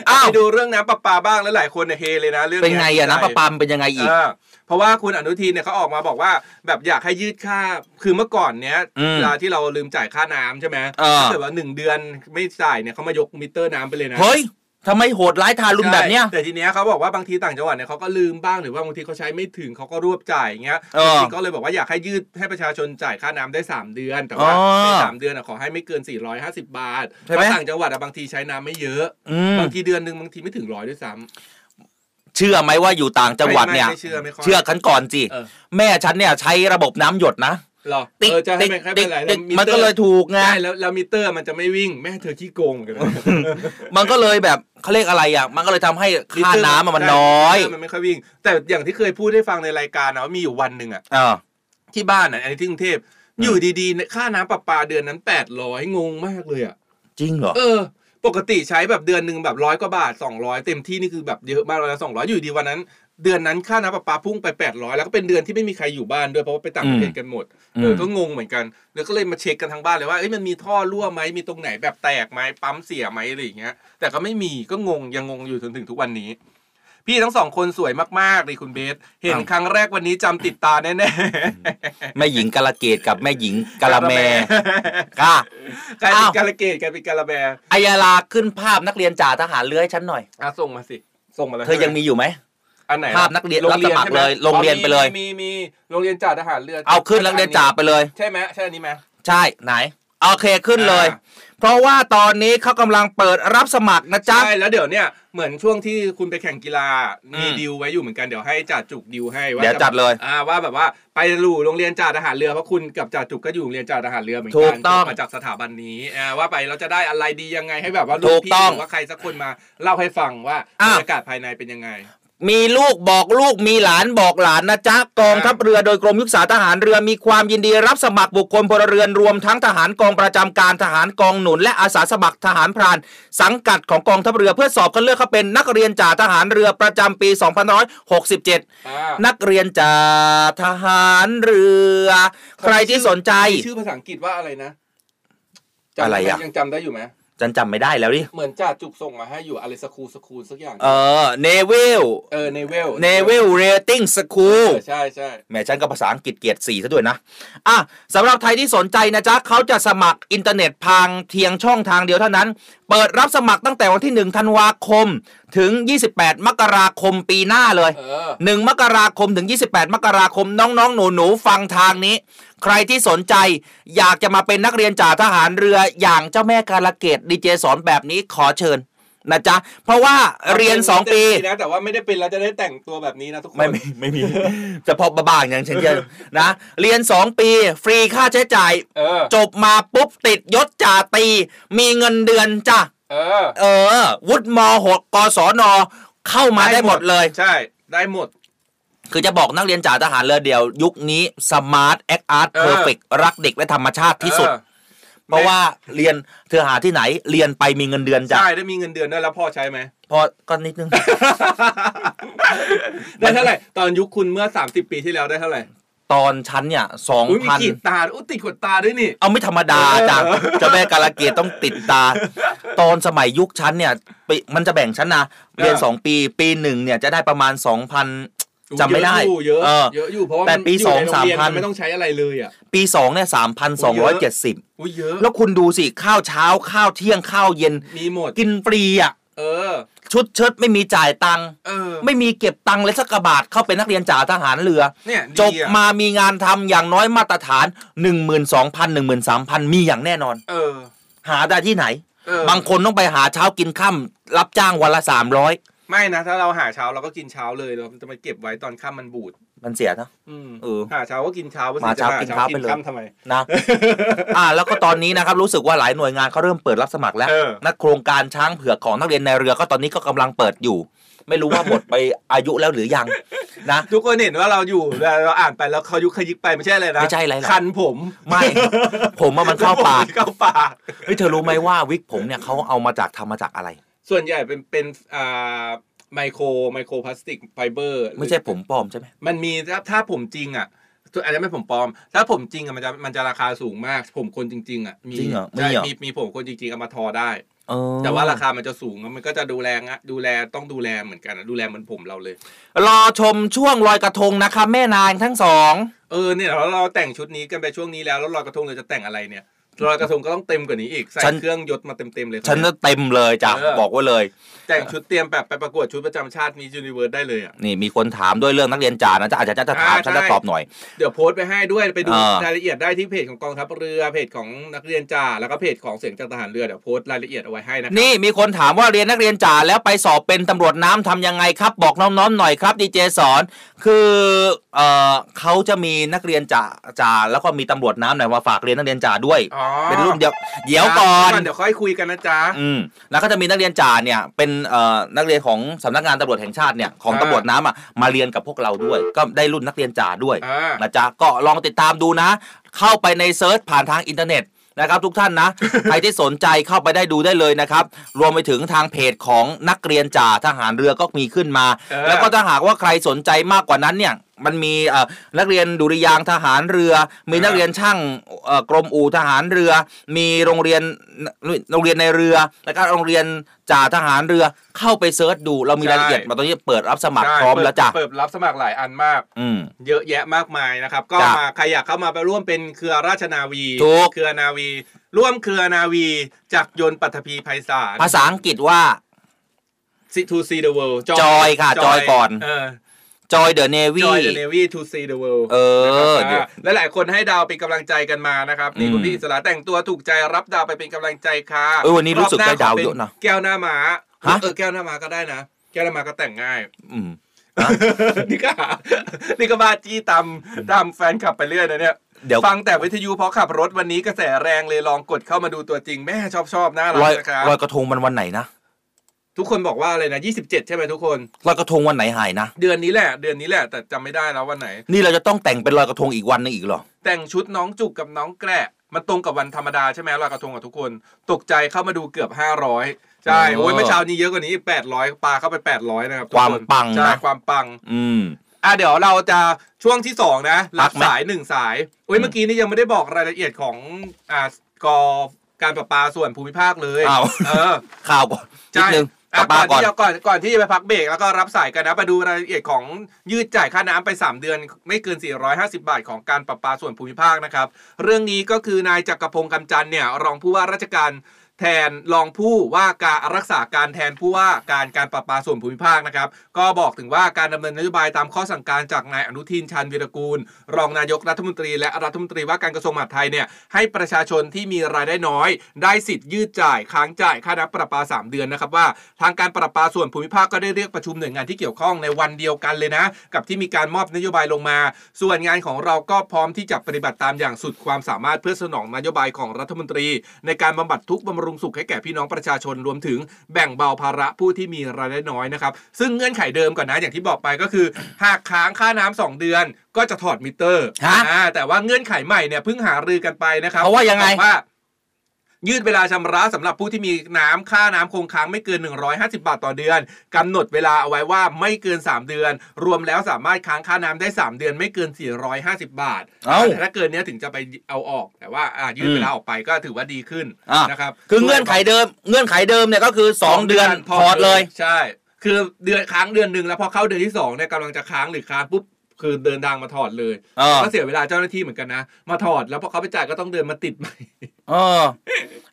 Speaker 5: อ้าวไปดูเรื่องน้ำประปาบ้างแล้วหลายคนเนี่ยเฮเลยนะเรื่อง
Speaker 9: เป็นไง อะน้ำประปามันเป็นยังไงอีก
Speaker 5: เเพราะว่าคุณอนุทินเนี่ยเขาออกมาบอกว่า แบบอยากให้ยืดค่าคือเมื่อก่อนเนี้ย
Speaker 9: อืม
Speaker 5: เวลาที่เราลืมจ่ายค่าน้ำใช่ไหม
Speaker 9: เออ
Speaker 5: ถ้าเกิดว่าหนึ่งเดือนไม่จ่ายเนี่ยเขามายกมิเตอร์น้ำไปเลยนะ
Speaker 9: เฮ้ยทำไมโหดร้ายทารุณแบบเนี้ย
Speaker 5: ใช่แต่ทีเนี้ยเขาบอกว่าบางทีต่างจังหวัดเนี่ยเขาก็ลืมบ้างหรือว่าบางทีเขาใช้ไม่ถึงเขาก็รวบจ่ายอย่างเงี้ย
Speaker 9: เออ
Speaker 5: จริงๆก็เลยบอกว่าอยากให้ยืดให้ประชาชนจ่ายค่าน้ำได้สามเดือน แต่ว่า
Speaker 9: อ๋อ
Speaker 5: ในสามเดือนอะขอให้ไม่เกิน 450 บาท
Speaker 9: ใช่
Speaker 5: เพ
Speaker 9: ไหม
Speaker 5: ราะต่างจังหวัดอะบางทีใช้น้ำไม่เยอะ
Speaker 9: อืม
Speaker 5: บางทีเดือนหนึ่งบางทีไม่ถึงร้อยด้วยซ้ำ
Speaker 9: เชื่อไหมว่าอยู่ต่างจังหวัดเนี่ย
Speaker 5: ไม่ไม่เชื่อไม่ค่อย
Speaker 9: เชื่อขันก่อนจี
Speaker 5: เออ
Speaker 9: แม่ฉันเนี่ยใช้ระบบน้ำหยดนะ
Speaker 5: หรอ
Speaker 9: ติ๊ก
Speaker 5: เออจะให้
Speaker 9: ติ๊ก
Speaker 5: ไม่ให้เป็นไร
Speaker 9: ติ๊
Speaker 5: แล้วตอร์
Speaker 9: กมันก็เลยถูกไง
Speaker 5: ใช่แล้วแล้วมิเตอร์มันจะไม่วิ่งแม่เธอขี้โกงเหมือนกันนะ
Speaker 9: มันก็เลยแบบเขาเรียกอะไรอ่ะ มันก็เลยทำให้ ค่า
Speaker 5: มิเตร์
Speaker 9: น้ำอะมัน
Speaker 5: ใช่
Speaker 9: น้อย
Speaker 5: มิเตร์มันไม่ค่อยวิ่ง แต่อย่างที่เคยพูดให้ฟังในรายการนะว่ามีอยู่วันหนึ่งอะ
Speaker 9: อ่า
Speaker 5: ที่บ้านอะอันนี้ที่กรุงเทพอยู่ดีๆเนี่ยค่าน้ำประปาเดือนนั้นแปดร้อยงงมากเลยอะ
Speaker 9: จริงเหรอ
Speaker 5: เออ ปกติใช้แบบเดือนหนึ่งแบบร้อยกว่าบาท 200 เต็มที่นี่คือแบบเยอะมากเลยสองร้อยอยู่ดีวันนั้น เดือนนั้นค่าน้ำประปาพุ่งไป800แล้วก็เป็นเดือนที่ไม่มีใครอยู่บ้านด้วยเพราะว่าไปต่างประเทศกันหมด
Speaker 9: อืม
Speaker 5: เออก็งงเหมือนกันแล้วก็เลยมาเช็คกันทั้งบ้านเลยว่าเอ้ยมันมีท่อรั่วไหมมีตรงไหนแบบแตกไหมปั๊มเสียไหมอะไรอย่างเงี้ย แต่ก็ไม่มีก็งงยังงงอยู่จนถึงทุกวันนี้ พี่ทั้งสองคนสวยมากๆเลยคุณเบส เห็นครั้งแรกวันนี้จำติดตาแน่
Speaker 9: แม่หญิงกาลเกตกับแม่หญิง
Speaker 5: ๆ
Speaker 9: กาลาแมค่ะ
Speaker 5: กลายเป็
Speaker 9: อ้าน ว
Speaker 5: กาลเกตกลายเป็นกาลาแม
Speaker 9: อายาลาขึ้นภาพนักเรียนจ่าทหารเรือให้ฉันหน่อย
Speaker 5: อ่ะส่งมาสิส่งมาแล้ว
Speaker 9: เธอยังมีอยู่ไหม
Speaker 5: อันไหน
Speaker 9: ภาพนักเรียน
Speaker 5: โง
Speaker 9: รับสมัคร
Speaker 5: ใช่ไห
Speaker 9: เลยโรงเรียนไปเลย
Speaker 5: อ๋อมีมีมีโรงเรียนจ่าทหารเรือ
Speaker 9: เอาขึ้นนักเรียนจ่าไปเลย
Speaker 5: ใช่ไหมใช่อันนี้ไหม
Speaker 9: ใช่ไหนโอเคขึ้นเลย เพราะว่าตอนนี้เขากำลังเปิดรับสมัครนะจ๊ะ
Speaker 5: ใช่แล้วเดี๋ยวเนี่ยเหมือนช่วงที่คุณไปแข่งกีฬามี
Speaker 9: อืม
Speaker 5: ดิวไว้อยู่เหมือนกันเดี๋ยวให้จ่าจุกดิวให้ว่า
Speaker 9: เดี๋ยวจัด
Speaker 5: แบบ
Speaker 9: เลย
Speaker 5: อ่าว่าแบบว่าไปรู่โรงเรียนจ่าทหารเรือเพราะคุณกับจ่าจุกก็อยู่โรงเรียนจ่าทหารเรือเหมือนกั
Speaker 9: ถูกต้อง
Speaker 5: จบมาจากสถาบันนี้อ่าว่าไปเราจะได้อะไรดียังไงให้แบบว่าลู
Speaker 9: ถู
Speaker 5: ก
Speaker 9: ก
Speaker 5: พี่
Speaker 9: ต้อง
Speaker 5: หรือว่าใครสักคนมาเล่าให้ฟังว่าบ
Speaker 9: อ่ะ
Speaker 5: รรยากาศภายในเป็นยังไง
Speaker 9: มีลูกบอกลูกมีหลานบอกหลานนะจ๊ะกองทัพเรือโดยกรมยุทธศาสตร์ทหารเรือมีความยินดีรับสมัครบุคคลพลเรือนรวมทั้งทหารกองประจำการทหารกองหนุน และอาสาสมัครทหารพราน สังกัดของกองทัพเรือเพื่อสอบคัดเลือกเข้าเป็นนักเรียนจ่าทหารเรือประจำปี2567 นักเรียนจ่าทหารเรือ ใครที่สนใจ
Speaker 5: มีชื่อภาษาอังกฤษว่าอะไรนะจำ
Speaker 9: อะไร
Speaker 5: ด้หม
Speaker 9: อ่ะ
Speaker 5: ยังจำได้อยู่ไหม
Speaker 9: จันจำไม่ได้แล้วดิ
Speaker 5: เหมือนจ่าจุกส่งมาให้อยู่อะไรสกูลสกูลสักอย่าง
Speaker 9: เออเนวล
Speaker 5: เออเนเวล
Speaker 9: เนวลเรตติ้งสคูล
Speaker 5: ใช่ใช่
Speaker 9: แหม่ฉันก็ภาษาอังกฤษเกียรติสี่ซะด้วยนะ อ่ะสำหรับใครที่สนใจนะจ๊ะเขาจะสมัครอินเทอร์เน็ตพังเพียงช่องทางเดียวเท่านั้น เปิดรับสมัครตั้งแต่วันที่ 1 ธันวาคม ถึง 28 มกราคมปีหน้าเลย 1 มกราคมถึง 28 มกราคมน้องๆ หนูหนูๆฟังทางนี้ ใครที่สนใจอยากจะมาเป็นนักเรียนจ่าทหารเรืออย่างเจ้าแม่การะเกดดีเจสอนแบบนี้ขอเชิญนะจ๊ะเพราะว่าเรียนสองปี
Speaker 5: นะแต่ว่าไม่ได้เป็นแล้วจะได้แต่งตัวแบบนี้นะทุกคน
Speaker 9: ไม่มี ไม่มี เฉพาะบ้าๆอย่างเช่นเดียวนะเรียน 2 ปีฟรีค่าใช้จ่าย
Speaker 5: เออ
Speaker 9: จบมาปุ๊บติดยศจ่าตรีมีเงินเดือนจ้ะ
Speaker 5: เออ
Speaker 9: เออ วุฒิมหกกศนเข้ามาได้หมดเลย
Speaker 5: ใช่ได้หมด
Speaker 9: คือจะบอกนักเรียนจ่าทหารเรือเดียว ยุคนี้สมาร์ทแอคอาร์ต
Speaker 5: เออ
Speaker 9: เพอร์เฟกรักเด็กและธรรมชาติที่สุด
Speaker 5: เออ
Speaker 9: เพราะว่าเรียนเธอหาที่ไหนเรียนไปมีเงินเดือนจ้ะ
Speaker 5: ใช่ได้มีเงินเดือนด้วยแล้วพ่อใช้ไหม
Speaker 9: พ พอก็นิดนึง
Speaker 5: ได้เท่าไหร่ตอนยุคคุณเมื่อ 30 ปีที่แล้วได้เท่าไหร่
Speaker 9: ตอนชั้นเนี่ยสอง
Speaker 5: อุ้ยมี
Speaker 9: พัน
Speaker 5: ขีดตาอุ้ยติดขนตาด้วยนี่
Speaker 9: เอาไม่ธรรมดาจ้ะ
Speaker 5: เออ
Speaker 9: เจ้าแม่กาลเกตต้องติดตา ตอนสมัยยุคชั้นเนี่ยปีมันจะแบ่งชั้นนะเรียนสองปีปีหนึ่งเนี่ยจะได้ประมาณสองพันจำไม่ได้
Speaker 5: เยอะอยู่เยอะ
Speaker 9: เออ
Speaker 5: เยอะอยู่เพราะว่า
Speaker 9: แต่
Speaker 5: มัน
Speaker 9: ปี
Speaker 5: ยู่
Speaker 9: สอง
Speaker 5: ใโร
Speaker 9: สาม
Speaker 5: เรีย
Speaker 9: พัน
Speaker 5: ไม่ต้องใช้อะไรเลยอ่ะ
Speaker 9: ปีสองเนี่ยสามพันสองร้อยเจ็ดสิบ
Speaker 5: อุ้ยเยอะ
Speaker 9: แล้วคุณดูสิ ข้าวเช้าข้าวเที่ยงข้าวเย็น
Speaker 5: มีหมด
Speaker 9: กินฟรีอ่ะ
Speaker 5: เออ
Speaker 9: ชุดเชิดไม่มีจ่ายตังค์
Speaker 5: เออ
Speaker 9: ไม่มีเก็บตังค์เลยสักกระบาทเข้าเป็นนักเรียนจ่าทหารเรือ
Speaker 5: เนี่ยดีอะ
Speaker 9: จบมามีงานทำอย่างน้อยมาตรฐาน 1 2 0 0 0 1 3 0 0 0 มีอย่างแน่นอน
Speaker 5: เออ
Speaker 9: หาได้ที่ไหน
Speaker 5: เออ
Speaker 9: บางคนต้องไปหาเช้ากินค่ำรับจ้างวันละ 300
Speaker 5: ไม่นะ ถ้าเราหาเช้าเราก็กินเช้าเลยเราจะมาเก็บไว้ตอนค่ำมันบูด
Speaker 9: มันเสียนะ
Speaker 5: อืม
Speaker 9: เออ
Speaker 5: หาเช้าก็กินเช้า
Speaker 9: มาเช้ากินเช้าไปเลย
Speaker 5: ค่ำทำไม
Speaker 9: นะ อ่าแล้วก็ตอนนี้นะครับรู้สึกว่าหลายหน่วยงานเขาเริ่มเปิดรับสมัครแล้ว
Speaker 5: เออ
Speaker 9: นักโครงการช้างเผือกของนักเรียนในเรือก็ตอนนี้ก็กำลังเปิดอยู่ ไม่รู้ว่าหมดไปอายุแล้วหรือยังนะ
Speaker 5: ทุกคนเห็นว่าเราอยู่เราอ่านไปแล้วเขายุคขยิกไปไม่ใช่อะไรนะ
Speaker 9: ไม่ใช่อะไรหรอก
Speaker 5: คันผม
Speaker 9: ไม่ ผมว่ามันเข้าปาก
Speaker 5: เข้าปาก
Speaker 9: เฮ้ยเธอรู้ไหมว่าวิกผมเนี่ยเขาเอามาจากทำมาจากอะไร
Speaker 5: ส่วนใหญ่เป็นเป็นอ่าไมโครไมโครพลาสติกไฟเบอร์
Speaker 9: ไม่ใช่ผมปลอมใช่ไหม
Speaker 5: มันมีถ้าถ้าผมจริงอ่ะอันนี้ไม่ผมปลอม ถ้าผมจริงอ่ะมันจะมันจะราคาสูงมาก ผมคนจริง ๆ อ่ะมี
Speaker 9: จริงเหรอไม่
Speaker 5: ใช่
Speaker 9: เหรอ
Speaker 5: มีมีผมคนจริงๆเอามาทอได้
Speaker 9: เออ
Speaker 5: แต่ว่าราคามันจะสูงแล้วมันก็จะดูแลงะดูแลต้องดูแลเหมือนกันอะดูแลเหมือนผมเราเลย
Speaker 9: รอชมช่วงลอยกระทงนะคะแม่นางทั้งสอง
Speaker 5: เออเนี่ยเราเราแต่งชุดนี้กันไปช่วงนี้แล้วแล้วลอยกระทงเราจะแต่งอะไรเนี่ยลอยกระทงก็ต้องเต็มกว่านี้อีกใส่เครื่องยศมาเต็มๆเลยครับ
Speaker 9: ฉันจะเต็มเลยจ้ะบอกไว่าเลย
Speaker 5: แต่งชุดเตรียมแบบไปประกวดชุดประจำชาติมียูนิเวิร์สได้เลยอ่ะ
Speaker 9: นี่มีคนถามด้วยเรื่องนักเรียนจ๋านะจ๊ะอาจจะจะถาม
Speaker 5: อ่า
Speaker 9: ฉันจะ
Speaker 5: ใช่
Speaker 9: ตอบหน่อย
Speaker 5: เดี๋ยวโพสต์ไปให้ด้วยไปดู
Speaker 9: อ่าร
Speaker 5: ายละเอียดได้ที่เพจของกองทัพเรือเพจของนักเรียนจ่าแล้วก็เพจของเสียงจากทหารเรือเดี๋ยวโพสต์รายละเอียดเอาไว้ให้นะครับ
Speaker 9: นี่มีคนถามว่าเรียนนักเรียนจ๋าแล้วไปสอบเป็นตำรวจน้ำทำยังไงครับ บอกน้องๆหน่อยครับดีเจสอน คือเออเขาจะมีนักเรียนจ๋าจ๋าแล้วก็มีตำรวจน้ำหน่อยมาฝากเรียนนักเรียนจ๋าด้วย
Speaker 5: อ๋อ
Speaker 9: เป็นรุ่นเดียวเดี๋ยวก่อน
Speaker 5: เดี๋ยวค่อยคุยกันนะจ๊ะ
Speaker 9: อืมแล้วก็จะมีนักเรียนจ่าเนี่ยเป็นเอ่อนักเรียนของสำนักงานตำรวจแห่งชาติเนี่ยของ
Speaker 5: อ่า
Speaker 9: ตำรวจน้ำอ่ะมาเรียนกับพวกเราด้วย ก็ได้รุ่นนักเรียนจ่าด้วย
Speaker 5: อ่า
Speaker 9: นะจ๊ะก็ลองติดตามดูนะ เข้าไปในเซิร์ชผ่านทางอินเทอร์เน็ตนะครับ ทุกท่าน นะ ใครที่สนใจเข้าไปได้ดูได้เลยนะครับ รวมไปถึงทางเพจของนักเรียนจ่าทหารเรือก็มีขึ้นมา
Speaker 5: เออ
Speaker 9: แล้วก็ถ้าหากว่าใครสนใจมากกว่านั้นเนี่ยมันมีเอ่อนักเรียนดุริยางค์ทหารเรือ มีนักเรียนช่างเอ่อกรมอู่ทหารเรือ มีโรงเรียนโรงเรียนในเรือ แล้วก็โรงเรียนจ่าทหารเรือเข้าไปเซิร์ชดูเรามีรายละเอียดมาตอนนี้เปิดรับสมัคร
Speaker 5: ใช่
Speaker 9: พร้อมแล้วจ้ะ
Speaker 5: เปิดรับสมัครหลายอันมาก
Speaker 9: อืม
Speaker 5: เยอะแยะมากมายนะครับ ก็
Speaker 9: จ้ะ
Speaker 5: มาใครอยากเข้ามาไปร่วมเป็นเครือราชนาวี
Speaker 9: ถูก
Speaker 5: เครือนาวี ร่วมเครือนาวีจากยนต์ปัทภีไพศาล
Speaker 9: ภาษาอังกฤษว่า
Speaker 5: to see the world
Speaker 9: จอยค่ะจอยก่อน
Speaker 5: เออ
Speaker 9: จอยเดอะเนวี
Speaker 5: Joy the Navy to see the world
Speaker 9: เออ
Speaker 5: นะค
Speaker 9: เดี๋ย
Speaker 5: รั
Speaker 9: ว
Speaker 5: บและหลายคนให้ดาวเป็นกำลังใจกันมานะครับนี่
Speaker 9: อืม
Speaker 5: คุณพี่อิสระแต่งตัวถูกใจรับดาวไปเป็นกำลังใจค่ะ
Speaker 9: เอ้ยวันนี้รู้สึก
Speaker 5: บห
Speaker 9: ได้ดาว
Speaker 5: ขป็
Speaker 9: เยอะนะ
Speaker 5: แก้วหน้าม้า
Speaker 9: ฮะ
Speaker 5: เออแก้วหน้าม้าก็ได้นะ แก้วหน้าม้าก็แต่งง่าย
Speaker 9: อืม
Speaker 5: นี่ก็ห านี่ก็บ้าจี้ตามตามแฟนคลับไปเรื่อยนะเนี่ย
Speaker 9: เดี๋ยว
Speaker 5: ฟังแต่วิทยุเพราะขับรถวันนี้กระแสแรงเลยลองกดเข้ามาดูตัวจริงแม่ชอบชอบน่ารั
Speaker 9: ล
Speaker 5: ก
Speaker 9: อย
Speaker 5: นะครับ
Speaker 9: ลอยกระทงมันวันไหนนะ
Speaker 5: ทุกคนบอกว่าอะไรนะ27 ใช่ไหมทุกคน
Speaker 9: ลอยกระทงวันไหนหายนะ
Speaker 5: เดือนนี้แหละ เดือนนี้แหละ แต่จำไม่ได้แล้ววันไหน
Speaker 9: นี่เราจะต้องแต่งเป็นลอยกระทงอีกวันหนึงอีกเหรอ
Speaker 5: แต่งชุดน้องจุกกับน้องแกละมันตรงกับวันธรรมดาใช่ไหมลอยกระทงกับทุกคน ตกใจเข้ามาดูเกือบ 500 ใช่
Speaker 9: โอ้
Speaker 5: โอ้ยเมื่อเช้านี้เยอะกว่านี้ 800 ปลาเข้าไป 800 นะครับทุกน
Speaker 9: ความปังนะ
Speaker 5: ใช่ความปัง
Speaker 9: อืม
Speaker 5: อ่ะเดี๋ยวเราจะช่วงที่สองนะ
Speaker 9: พั
Speaker 5: รั
Speaker 9: ก
Speaker 5: บ
Speaker 9: ไหม
Speaker 5: สายหนึ่งสายโอ้ยเมื่อกี้นี่ยังไม่ได้บอกรายละเอียดของอ่ากอการประปาส่วนภูมิภาคเลย
Speaker 9: อ้าว
Speaker 5: เออ
Speaker 9: ข่าวก่อนนิ
Speaker 5: ใช่
Speaker 9: ดนึงก
Speaker 5: อ่ะ
Speaker 9: ลับมา
Speaker 5: ก่
Speaker 9: ก่
Speaker 5: อที่
Speaker 9: อน น
Speaker 5: จะก่อนก่อนที่จะไปพักเบรกแล้วก็รับสายกันนะมาดูรายละเอียดของยืดจ่ายค่าน้ำไป 3 เดือน ไม่เกิน 450 บาทของการประปาส่วนภูมิภาคนะครับ เรื่องนี้ก็คือนายจักรพงศ์กำจันเนี่ยรองผู้ว่าราชการแทนรองผู้ว่าการรักษาการแทนผู้ว่าการการประปาส่วนภูมิภาคนะครับ ก็บอกถึงว่าการดำเนินนโยบายตามข้อสั่งการจากนายอนุทินชาญวีรกูล รองนายกรัฐมนตรี และรัฐมนตรีว่าการกระทรวงมหาดไทยเนี่ยให้ประชาชนที่มีรายได้น้อย ได้สิทธิ์ยืดจ่ายค้างจ่ายค่าน้ำประปา 3 เดือนนะครับว่า ทางการประปาส่วนภูมิภาคก็ได้เรียกประชุมหน่วยงานที่เกี่ยวข้องในวันเดียวกันเลยนะ กับที่มีการมอบนโยบายลงมา ส่วนงานของเราก็พร้อมที่จะปฏิบัติตามอย่างสุดความสามารถเพื่อสนองนโยบายของรัฐมนตรี ในการบำบัดทุกข์บำรุงสุขให้แก่พี่น้องประชาชนรวมถึงแบ่งเบาภาระผู้ที่มีรายได้น้อยนะครับ ซึ่งเงื่อนไขเดิมก่อนนะอย่างที่บอกไปก็คือ หากค้างค่าน้ำสองเดือนก็จะถอดมิเตอร์
Speaker 9: ฮะ
Speaker 5: อ่าแต่ว่าเงื่อนไขใหม่เนี่ยเพิ่งหารือกันไปนะครับ
Speaker 9: เขาว่ายังไง
Speaker 5: บอกว่า ยืดเวลาชำระสำหรับผู้ที่มีน้ำค่าน้ำคงค้างไม่เกิน 150 บาทต่อเดือนกำหนดเวลาเอาไว้ว่าไม่เกิน 3 เดือน รวมแล้วสามารถค้างค่าน้ำได้ 3 เดือนไม่เกิน 450 บาท
Speaker 9: เอ้า
Speaker 5: แต่ถ้าเกินเนี้ยถึงจะไปเอาออก แต่ว่าอ่ะยืด
Speaker 9: อืม
Speaker 5: เวลาออกไปก็ถือว่าดีขึ้น
Speaker 9: อ่ะ
Speaker 5: นะครับ
Speaker 9: คือเงื่อนไขเดิม เงื่อนไขเดิมเนี่ยก็คือ 2 เดือนพอร์ตเลย
Speaker 5: ใช่ คือเดือนค้างเดือนหนึ่งแล้วพอเข้าเดือนที่สองเนี่ยกำลังจะค้างหรือค้างปุ๊บคือเดินทางมาถอดเลย
Speaker 9: เออ
Speaker 5: ก็เสียเวลาเจ้าหน้าที่เหมือนกันนะมาถอดแล้วพอเขาไปจ่ายก็ต้องเดินมาติดใหม่
Speaker 9: เออ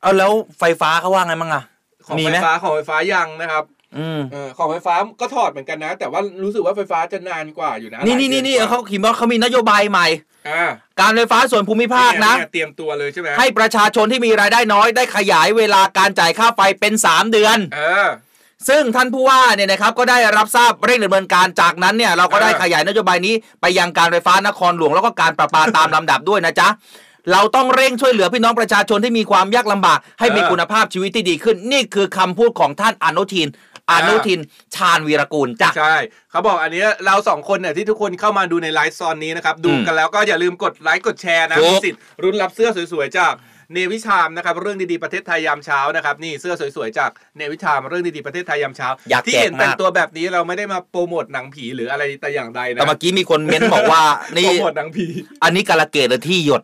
Speaker 9: เอาแล้วไฟฟ้าเขาว่าไงมั้งอ่ะ
Speaker 5: ของ
Speaker 9: มี
Speaker 5: ไฟ
Speaker 9: ไหม
Speaker 5: ฟ้าของไฟฟ้ายังนะครับ
Speaker 9: อืม
Speaker 5: เออของไฟฟ้าก็ถอดเหมือนกันนะ แต่ว่ารู้สึกว่าไฟฟ้าจะนานกว่าอยู่นะห
Speaker 9: นี่
Speaker 5: ลาย
Speaker 9: นี่
Speaker 5: เดือ
Speaker 9: นี่นี่
Speaker 5: กว่า
Speaker 9: เขาขีมว่าเขามีนโยบายใหม่
Speaker 5: อ่า
Speaker 9: การไฟฟ้าส่วนภูมิภาคนะ
Speaker 5: เยเยเตรียมตัวเลยใช่ไหม
Speaker 9: ให้ประชาชนที่มีรายได้น้อยได้ขยายเวลาการจ่ายค่าไฟเป็น 3 เดือน
Speaker 5: เออ
Speaker 9: ซึ่งท่านผู้ว่าเนี่ยนะครับก็ได้รับทราบเร่งดำเนินการจากนั้นเนี่ยเราก็ได้ขยายนโยบายนี้ไปยังการไฟฟ้านครหลวงแล้วก็การประปาตามลำดับด้วยนะจ๊ะ เราต้องเร่งช่วยเหลือพี่น้องประชาชนที่มีความยากลำบาก ให้มี
Speaker 5: เออ
Speaker 9: คุณภาพชีวิตที่ดีขึ้น นี่คือคำพูดของท่านอนุทิน อนุทินชาญวีรกูลจ้ะ
Speaker 5: ใช่เขาบอกอันเนี้ยเราสองคนเนี่ยที่ทุกคนเข้ามาดูในไลฟ์ซอนนี้นะครับ ดูกันแล้วก็อย่าลืมกดไลค์กดแชร์นะ
Speaker 9: ถูก
Speaker 5: มีสิทธิ์รุ่นรับเสื้อสวยๆจากเนวิชามนะครับเรื่องดีๆประเทศไทยยามเช้านะครับนี่เสื้อสวยๆจากเนวิชามเรื่องดีๆประเทศไทยยามเช้า
Speaker 9: อยาก
Speaker 5: ที่
Speaker 9: แจก
Speaker 5: เห็นแต่
Speaker 9: มาง ก
Speaker 5: ตัวแบบนี้เราไม่ได้มาโปรโมทหนังผีหรืออะไรแต่อย่างใดนะ
Speaker 9: แต่เมื่อกี้มีคนเม้นบอกว่า นี่
Speaker 5: โปรโมทหนังผี
Speaker 9: อันนี้กาลเกตหรือที่ หยด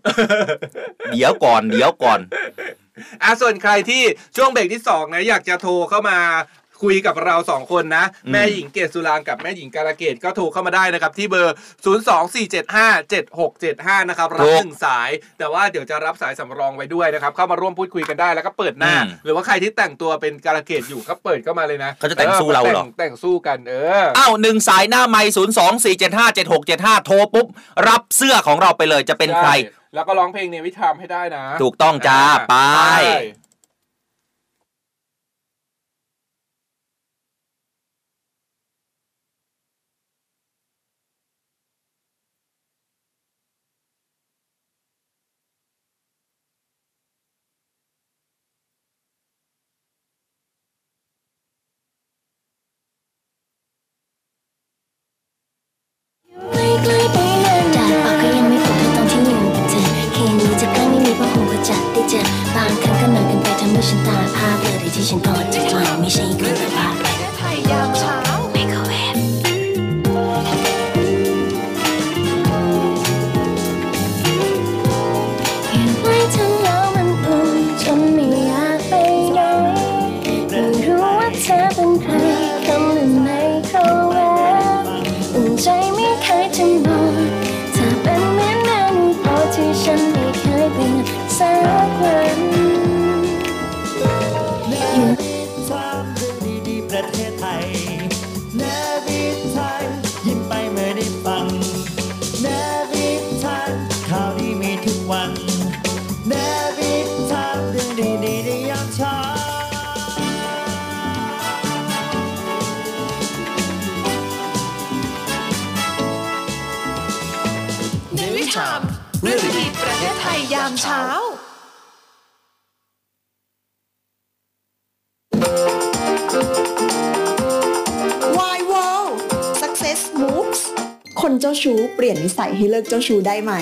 Speaker 9: เดี๋ยวก่อน เดี๋ยวก่อน
Speaker 5: อ่ะส่วนใครที่ช่วงเบรกที่2นะอยากจะโทรเข้ามาคุยกับเราสองคนนะ
Speaker 9: อืม
Speaker 5: แม่หญิงเกศสุรางกับแม่หญิงการะเกดก็โทรเข้ามาได้นะครับ ที่เบอร์ 024757675 นะครับ รับหนึ่งสาย แต่ว่าเดี๋ยวจะรับสายสำรองไว้ด้วยนะครับ เข้ามาร่วมพูดคุยกันได้แล้วก็เปิดหน้า หรือว่าใครที่แต่งตัวเป็นการะเกดอยู่ก็เปิดเข้ามาเลยนะ
Speaker 9: เขาจะแต่งสู้เราเหรอ
Speaker 5: แต่งแต่งสู้กันเออ
Speaker 9: อ้าวหนึ่งสายหน้าไม่ศูนย์สองสี่เจ็ดห้าเจ็ดหกเจ็ดห้าโทรปุ๊บ รับเสื้อของเราไปเลยจะเป็นใคร
Speaker 5: ช่แล้วก็ร้องเพลงเนวิทามให้ได้นะ
Speaker 9: ถูกต้องจ้า
Speaker 5: อ่
Speaker 9: ไป
Speaker 13: ใกล้ไปนานจากปากก็ยังไม่พบเธอตอนที่ยังเป็นเธอแค่นี้จะใกล้ไม่มีเพราะคงก็จะได้เจอบางครั้งก็นานเกันไปทำให้ฉันตาพาเธอได้ที่ฉันกอดจะกลายไม่ใช่อีกคนแต่ภาพไทยยามเช้าไมโครเวฟ ไม่ทั้งแล้วมันอุ่นจนไม่อยากไปไหนไม่รู้ว่าเธอเป็นใครคำหนึ่งในเขาแววอุ่นใจไม่เคยจะมองเธอเป็นเหมือนนางพอที่ฉันไม่เคยเป็นสักวันอยู่
Speaker 2: สร้างเรื่องดีๆประเทศไทยนาวิกไทยยิ้มไปเมื่อได้ฟังนาวิกไทยข่าวดีมีทุกวันนาวิกไทยเรื่องดีๆในยามเช้า
Speaker 14: ในวิชามเรื่องดีๆประเทศไทยยามเช้า
Speaker 3: วายวอล success moves คนเจ้าชู้เปลี่ยนนิสัยให้เลิกเจ้าชู้ได้ไหม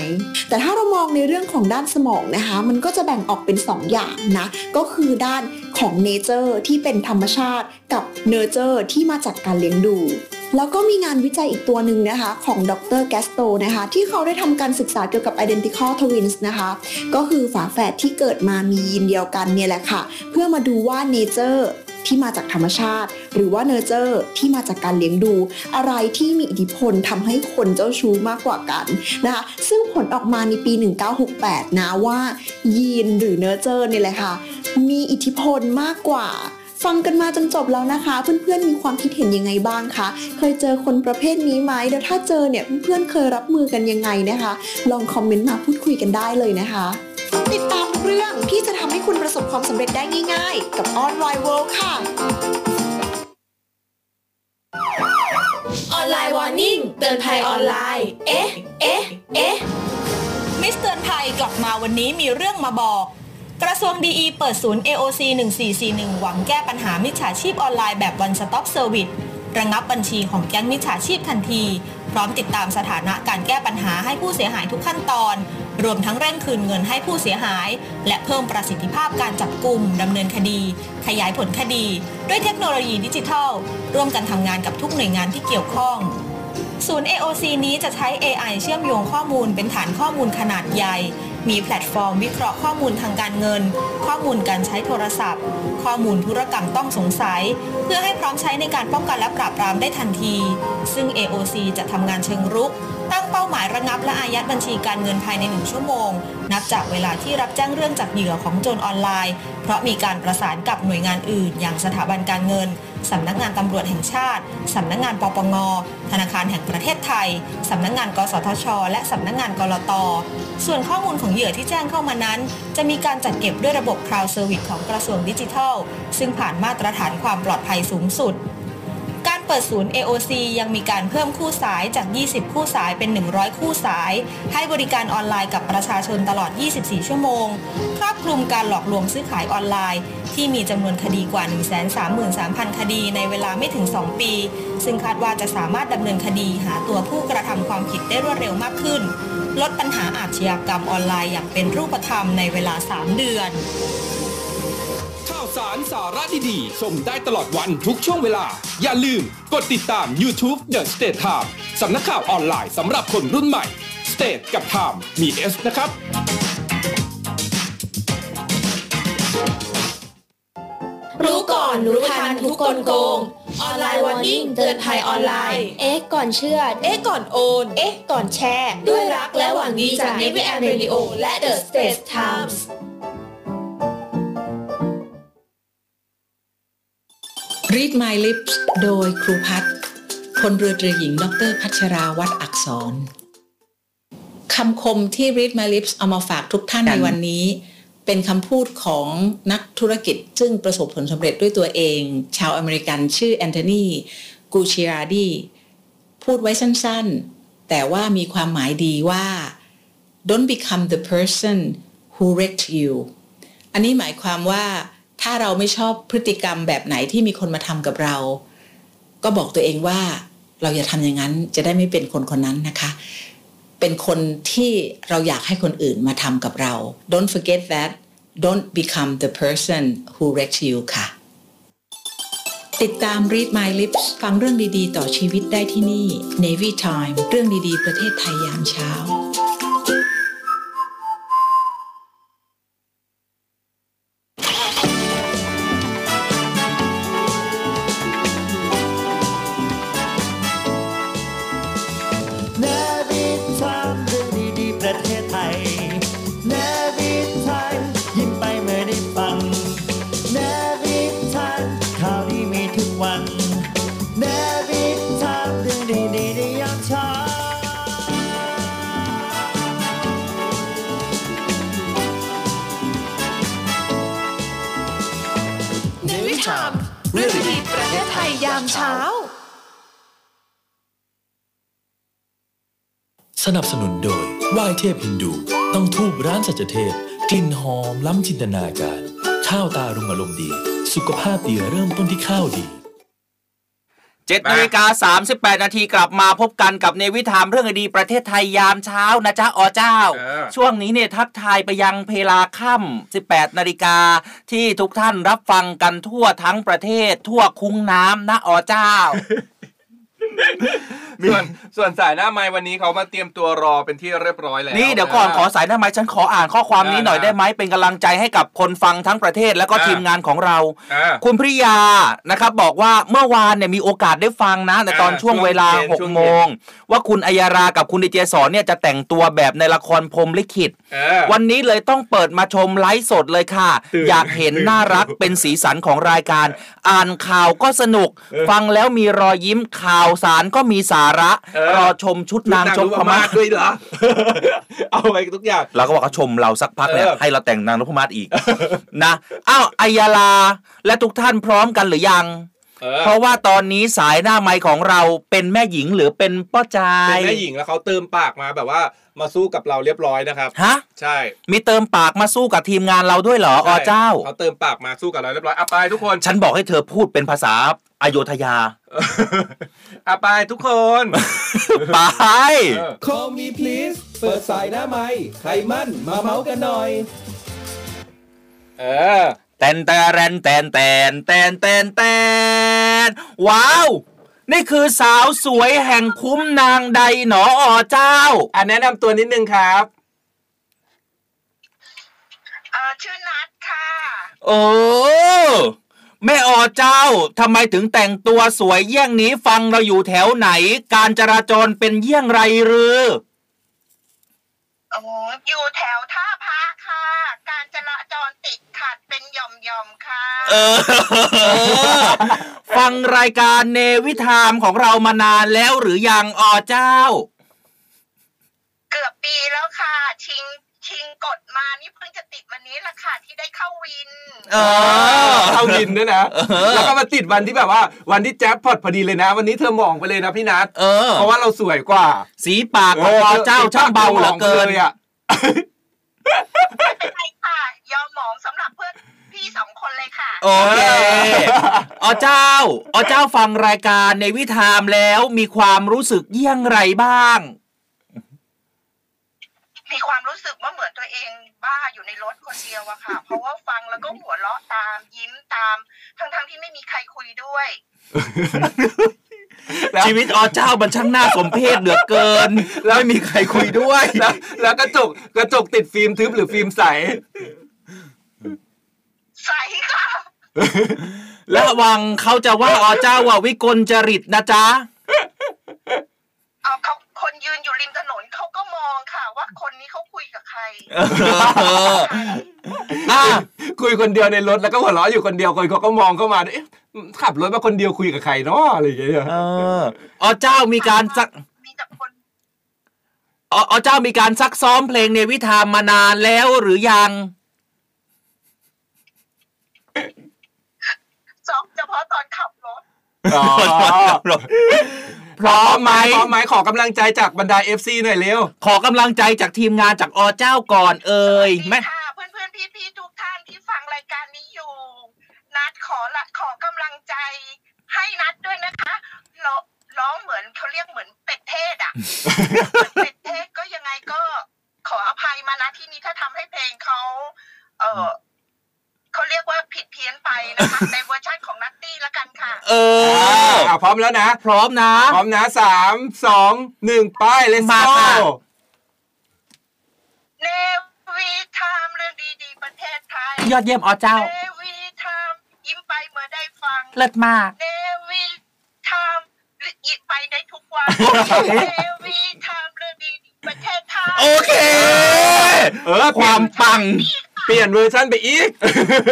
Speaker 3: แต่ถ้าเรามองในเรื่องของด้านสมองนะคะ มันก็จะแบ่งออกเป็น 2 อย่างนะ ก็คือด้านของเนเจอร์ที่เป็นธรรมชาติกับเนเจอร์ที่มาจากการเลี้ยงดู แล้วก็มีงานวิจัยอีกตัวหนึ่งนะคะ ของดรแกสโตนะคะ ที่เขาได้ทำการศึกษาเกี่ยวกับ identical twins นะคะ ก็คือฝาแฝดที่เกิดมามียีนเดียวกันเนี่ยแหละค่ะ เพื่อมาดูว่าเนเจอร์ ที่มาจากธรรมชาติ หรือว่าเนเจอร์ที่มาจากการเลี้ยงดู อะไรที่มีอิทธิพลทำให้คนเจ้าชู้มากกว่ากันนะคะซึ่งผลออกมาในปี 1968 นะว่า ยีนหรือเนเจอร์เนี่ยแหละค่ะ มีอิทธิพลมากกว่า ฟังกันมาจนจบแล้วนะคะ เพื่อนๆมีความคิดเห็นยังไงบ้างคะเคยเจอคนประเภทนี้ไหมแล้วถ้าเจอเนี่ยเพื่อนๆเคยรับมือกันยังไงนะคะ ลองคอมเมนต์มาพูดคุยกันได้เลยนะคะ ติดตามเรื่องที่จะทำให้คุณประสบความสำเร็จได้ง่ายๆ กับออนไลน์เวิลด์ค่ะ
Speaker 14: ออนไลน์วอร์นิ่งเตือนภัยออนไลน์ เอ๊ะ เอ๊ะ เอ๊ะ มิสเตือนภัยกลับมาวันนี้มีเรื่องมาบอก กระทรวงดีเปิดศูนย์ AOC 1441 หวังแก้ปัญหามิจฉาชีพออนไลน์แบบ One Stop Service ระงับบัญชีของแก๊งมิจฉาชีพทันที
Speaker 9: พร้อมติดตามสถานะการแก้ปัญหาให้ผู้เสียหายทุกขั้นตอน รวมทั้งเร่งคืนเงินให้ผู้เสียหาย และเพิ่มประสิทธิภาพการจับกลุ่มดำเนินคดี ขยายผลคดี ด้วยเทคโนโลยีดิจิทัล ร่วมกันทำงานกับทุกหน่วยงานที่เกี่ยวข้อง ศูนย์ AOC นี้จะใช้ AI เชื่อมโยงข้อมูลเป็นฐานข้อมูลขนาดใหญ่ มีแพลตฟอร์มวิเคราะห์ข้อมูลทางการเงิน ข้อมูลการใช้โทรศัพท์ ข้อมูลธุรกรรมต้องสงสัย เพื่อให้พร้อมใช้ในการป้องกันและปราบปรามได้ทันที ซึ่ง AOC จะทำงานเชิงรุก ตั้งเป้าหมายระงับและอายัดบัญชีการเงินภายใน 1 ชั่วโมง นับจากเวลาที่รับแจ้งเรื่องจากเหยื่อของโจรออนไลน์ เพราะมีการประสานกับหน่วยงานอื่น อย่างสถาบันการเงิน สำนักงานตำรวจแห่งชาติ สำนักงานปปง ธนาคารแห่งประเทศไทย สำนักงาน กสทช และสำนักงานกลต ส่วนข้อมูลของเหยื่อที่แจ้งเข้ามานั้น จะมีการจัดเก็บด้วยระบบ Cloud Service ของกระทรวงดิจิทัล ซึ่งผ่านมาตรฐานความปลอดภัยสูงสุด การเปิดศูนย์ AOC ยังมีการเพิ่มคู่สายจาก 20 คู่สายเป็น 100 คู่สาย ให้บริการออนไลน์กับประชาชนตลอด 24 ชั่วโมง ครอบคลุมการหลอกลวงซื้อขายออนไลน์ ที่มีจำนวนคดีกว่า 133,000 คดีในเวลาไม่ถึง 2 ปี ซึ่งคาดว่าจะสามารถดำเนินคดีหาตัวผู้กระทำความผิดได้รวดเร็วมากขึ้น ลดปัญหาอาชญากรรมออนไลน์อย่างเป็นรูปธรรมในเวลา 3 เดือน
Speaker 5: ข่าวสารสาระดีๆ ชมได้ตลอดวันทุกช่วงเวลา อย่าลืมกดติดตาม YouTube The State Time สำนักข่าวออนไลน์สำหรับคนรุ่นใหม่ State กับ Time มี S นะครับ
Speaker 15: รู้ก่อนรู้ทันทุกกลโกง ออนไลน์วอร์นิ่งเตือนภัยออนไลน์ เอ๊ะก่อนเชื่อ เอ๊ะก่อนโอน เอ๊ะก่อนแชร์ ด้วยรักและหวังดีจากเนวิแอมเรดิโอและ The State Times
Speaker 3: รีด My Lips โดยครูพัฒน์พลเรือตรีหญิง ดรพัชราวัตรอักษร คำคมที่ Read My Lips เอามาฝากทุกท่านในวันนี้ เป็นคำพูดของนักธุรกิจ ซึ่งประสบผลสำเร็จด้วยตัวเอง ชาวอเมริกันชื่อแอนโทนีกูชิราดีพูดไว้สั้นๆ แต่ว่ามีความหมายดีว่า don't become the person who wrecked you อันนี้หมายความว่าถ้าเราไม่ชอบพฤติกรรมแบบไหนที่มีคนมาทำกับเรา ก็บอกตัวเองว่าเราอย่าทำอย่างนั้นจะได้ไม่เป็นคนคนนั้นนะคะ เป็นคนที่เราอยากให้คนอื่นมาทำกับเรา don't forget that don't become the person who wrecked you ค่ะ ติดตาม Read My Lips ฟังเรื่องดีๆ ต่อชีวิตได้ที่นี่ Navy Time เรื่องดีๆ ประเทศไทยยามเช้า
Speaker 2: เนวิทามเรื่องดีๆประเทศไทยเนวิทามยิ้มไปเมื่อได้ฟังเนวิทามข่าวดีมีทุกวันเนวิทามเรื่องดีๆในยามเช้า
Speaker 15: เนวิชามเรื่องดีประเทศไทยยามเช้า
Speaker 8: สนับสนุนโดยไหว้เทพฮินดู ต้องทูบร้านสัจเทพ กลิ่นหอมล้ำจินตนาการ ข้าวตารุงอารมณ์ดี สุขภาพดีเริ่มต้นที่ข้าวดี
Speaker 16: 7นาฬิกา38 นาทีกลับมาพบกันกับในวิถามเรื่องดีประเทศไทยยามเช้านะจ๊ะอ๋อเจ้า ช่วงนี้เนี่ยทักทายไปยังเพลาค่ำ18 นาฬิกาที่ทุกท่านรับฟังกันทั่วทั้งประเทศ ทั่วคุ้งน้ำนะอ๋อเจ้า
Speaker 17: ส่วนส่วนสายหน้าไม้วันนี้เขามาเตรียมตัวรอเป็นที่เรียบร้อยแล้ว
Speaker 16: นี่เดี๋ยวก่อนขอสายหน้าไม้ฉันขออ่านข้อความนี้หน่อยได้ไหมเป็นกำลังใจให้กับคนฟังทั้งประเทศแล้วก็ทีมงานของเรา
Speaker 17: อ่า
Speaker 16: คุณพริยานะครับบอกว่าเมื่อวานเนี่ยมีโอกาสได้ฟังนะในตอน
Speaker 17: อ่า
Speaker 16: ช่วง
Speaker 17: ช่วง
Speaker 16: เวลา
Speaker 17: เย็นช่วงเย็น
Speaker 16: 6โมง ว่าคุณอัยารากับคุณดีเจสอนเนี่ยจะแต่งตัวแบบในละครพรหมลิขิต
Speaker 17: เออ
Speaker 16: วันนี้เลยต้องเปิดมาชมไลฟ์สดเลยค่ะ
Speaker 17: ตื่น
Speaker 16: อยากเห็นน่ารักเป็นสีสันของรายการ อ่านข่าวก็สนุก
Speaker 17: เออ
Speaker 16: ฟังแล้วมีรอยยิ้มข่าวสารก็มีสาระ
Speaker 17: เออ
Speaker 16: รอชมชุดนางชมพ
Speaker 17: มา
Speaker 16: มา
Speaker 17: ศด้วยเหรอ เอาไปทุกอย่าง
Speaker 16: เราก็บอกเขาชมเราสักพักเนี่ย
Speaker 17: เออ
Speaker 16: ให้เราแต่งนางนพมาศอีก นะอ้าวอัยยาลาและทุกท่านพร้อมกันหรือยัง
Speaker 9: เพราะว่าตอนนี้สายหน้าไมค์ของเราเป็นแม่หญิงหรือเป็นป้าจาย
Speaker 5: เป็นแม่หญิงแล้วเขาเติมปากมาแบบว่ามาสู้กับเราเรียบร้อยนะครับ
Speaker 9: ฮะ
Speaker 5: ใช่
Speaker 9: มีเติมปากมาสู้กับทีมงานเราด้วยเหรออเจ้า
Speaker 5: เขาเติมปากมาสู้กับเราเรียบร้อยอ่ะไปทุกคน
Speaker 9: ฉันบอกให้เธอพูดเป็นภาษาอโยธยา
Speaker 5: อ่ะไปทุกคน
Speaker 9: ไป
Speaker 12: Call me please เปิดสายหน้าไม้ใครมั่นมาเมาส์กันหน่อย
Speaker 5: เออ
Speaker 9: แตนแตแรนแตนแตนแตนแตนแตนว้าว นี่คือสาวสวยแห่งคุ้มนางใดหนออเจ้า
Speaker 5: อ่ะแนะนำตัวนิดนึงครับ
Speaker 9: โอ้แม่ออเจ้าทำไมถึงแต่งตัวสวยเยี่ยงนี้ฟังเราอยู่แถวไหน การจราจรเป็นเยี่ยงไรหรือ
Speaker 18: อยู่แถวท่าพระค่ะ การจราจรติดขัดเป็นหย่อมๆค่ะ
Speaker 9: เออ ฟังรายการเนวิทามของเรามานานแล้วหรือยังอเจ้า
Speaker 18: เกือบปีแล้วค่ะ ชิงชิงกดมานี่เพิ่งจะติดวันนี้ละค่ะที่ได้เข้าวิน
Speaker 9: เอ
Speaker 5: อเข้าวินด้วยนะ แล้วก็มาติดวันที่แบบว่า วันที่แจ็คพอตพอดีเลยนะ วันนี้เธอหมองไปเลยนะพี่นัทเพราะว่าเราสวยกว่า
Speaker 9: สีปากของเราเจ้าช่างเบาเหลือเกิน
Speaker 5: อ่ะ
Speaker 9: โอเคอเจ้าอเจ้าฟังรายการในวิธามแล้วมีความรู้สึกเยี่ยงไรบ้าง
Speaker 18: มีความรู้สึกว่าเหมือนตัวเองบ้าอยู่ในรถคนเดียวอะค่ะ เพราะว่าฟังแล้วก็หัวเราะตามยิ้มตาม ทั้งๆที่ไม่มีใครคุยด้วย
Speaker 9: ชีวิตอเจ้ามันช่างน่าสมเพชเหลือเกิน แล้วไม่มีใครคุยด้วย
Speaker 5: แล้วแล้วกระจกกระจกติดฟิล์มทึบหรือฟิล์มใส
Speaker 9: ระวังเขาจะว่าอเจ้าว่าวิกลจริตนะจ๊ะ
Speaker 18: คนยืนอยู่ริมถนนเขาก็มองค่ะว่าคนนี้เขาคุยกับใคร
Speaker 5: คุยคนเดียวในรถแล้วก็หัวเราะอยู่คนเดียวคนเขาก็มองเข้ามาเอ๊ะขับรถมาคนเดียวคุยกับใครเนาะอะไรอย่างเงี้ย
Speaker 9: อ๋อเจ้ามีการซักอ๋ออ๋อเจ้ามีการซักซ้อมเพลงในวิธามมานานแล้วหรือยัง
Speaker 5: พร้อมไหมพร้อมไหมขอกำลังใจจากบรรดา FC หน่อยเร็ว
Speaker 9: ขอกำลังใจจากทีมงานจากอเจ้าก่อนเอ่ยแม่
Speaker 18: นัดขอละขอกำลังใจให้นัดด้วยนะคะร้องร้องเหมือนเขาเรียกเหมือนเป็ดเทศอ่ะ เหมือนเป็ดเทศก็ยังไงก็ขออภัยมานะที่นี้ถ้าทำให้เพลงเขาเออเขาเรียกว่าผิดเพี้ยนไปนะคะ ในเวอร์ชันของนัตตี้ละกันค่ะ
Speaker 9: เออ
Speaker 5: อ่ะพร้อมแล้วนะ
Speaker 9: พร้อมนะ
Speaker 5: พร้อมนะสามสองหนึ่งไปเลย
Speaker 9: มาค่ะ
Speaker 18: เนวีทามเรื่องดีๆ ประเทศไทย
Speaker 9: ยอดเยี่ยมอเจ้า
Speaker 18: เนวีทามยิ้มไปเมื่อได้ฟัง
Speaker 9: เลิศมาก
Speaker 18: เนวีทามยิ้มไปได้ทุกวันเนวีทามเรื่องดีๆประเทศไทย
Speaker 9: โอเค
Speaker 5: เออ
Speaker 9: ความปัง
Speaker 5: เปลี่ยนเวอร์ชันไปอีก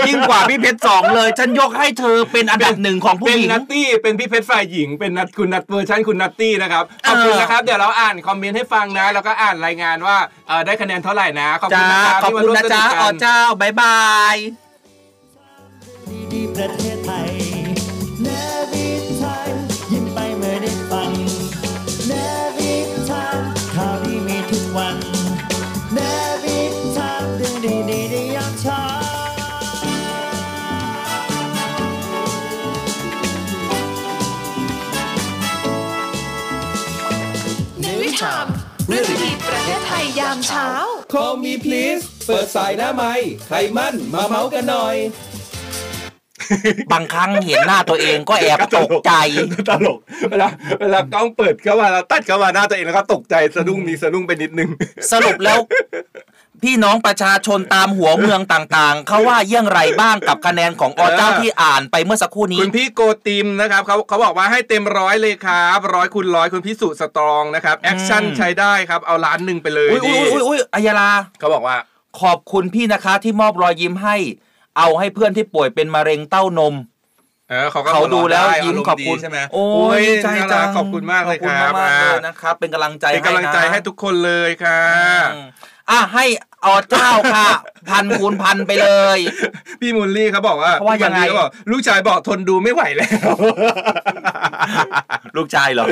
Speaker 9: ยิ่งกว่าพี่เพชรสองเลย ฉันยกให้เธอเป็นอันดับหนึ่งของผู้
Speaker 5: เป็น
Speaker 9: หญิง
Speaker 5: นัตตี้เป็นพี่เพชรฝ่ายหญิงเป็นนัตคุณนัตเวอร์ชันคุณนัตตี้นะครับขอบคุณนะครับเดี๋ยวเราอ่านคอมเมนต์ให้ฟังนะ แล้วก็อ่านรายงานว่าเอ่อได้คะแนนเท่าไหร่นะ ขอบคุณนะครับ
Speaker 9: จ้า
Speaker 5: ที่มาร่วมส
Speaker 9: ขอบคุณนะ
Speaker 5: นุก
Speaker 9: จ๊ะอ๋
Speaker 5: กั
Speaker 9: อน เจ้า บายบาย
Speaker 2: ดีๆประเทศไทยนาวิกไทยยิ้มไปเมื่อได้ฟังนาวิกไทยข่าวดีมีทุกวันนาวิกไทยเรื่องดีๆในยามเช้า
Speaker 12: ในวิชามเรื่องดีประเทศไทยยามเช้า Call me please เปิดสายหน้าไม้ใครมั่นมาเมาส์กันหน่อย
Speaker 9: บางครั้งเห็นหน้าตัวเองก็แอบตกใจ
Speaker 5: ตลกเวลาเวลากล้องเปิดเข้ามาแล้วตัดเข้ามาหน้าตัวเองแล้วก็ตกใจสะดุ้งมีสะดุ้งไปนิดนึง
Speaker 9: สรุปแล้ว พี่น้องประชาชนตามหัวเมืองต่างๆ เขาว่าเยี่ยงไรบ้างกับคะแนนของอเจ้าที่อ่านไปเมื่อสักครู่นี้
Speaker 5: คุณพี่โกติมนะครับเขาเขาบอกว่าให้เต็มร้อยเลยครับร้อยคูณร้อยคุณพี่สุสตรองนะครับแอคชั่นใช้ได้ครับเอาล้านหนึ่งไปเลย
Speaker 9: อุ้ยอุ้ยอุ้ยอุ้ยอัยยาลา
Speaker 5: เขาบอกว่า
Speaker 9: ขอบคุณพี่นะคะที่มอบรอยยิ้มให้ เอาให้เพื่อนที่ป่วยเป็นมะเร็งเต้านม
Speaker 5: เออเขาก็
Speaker 9: เขาดูแล้ว
Speaker 5: หัวเราะได้
Speaker 9: ยิ้ม
Speaker 5: อารมณ์
Speaker 9: ขอบคุณ
Speaker 5: ดีใช่ไหม
Speaker 9: โอ้
Speaker 5: โอ้ย
Speaker 9: ยดีใจ
Speaker 5: น่ารั
Speaker 9: จั
Speaker 5: ก
Speaker 9: ง
Speaker 5: ขอบคุณมากเลยครับ
Speaker 9: ขอบคุณมากๆเลย
Speaker 5: อ่าน
Speaker 9: นะครับ เป็นกำลังใจ
Speaker 5: เป็นกำลังใจให้
Speaker 9: นะ
Speaker 5: ทุกคนเลยค่ะ
Speaker 9: อ่ะให้ อเจ้า ค่ะ พันคูณพันไปเลย
Speaker 5: พี่มูลลี่เขาบอกว่า
Speaker 9: เขาว่ายังไง
Speaker 5: พี่มูลลี่เขบอกลูกชายบอกทนดูไม่ไหวแล้ว
Speaker 9: ลูกชาย เหรอ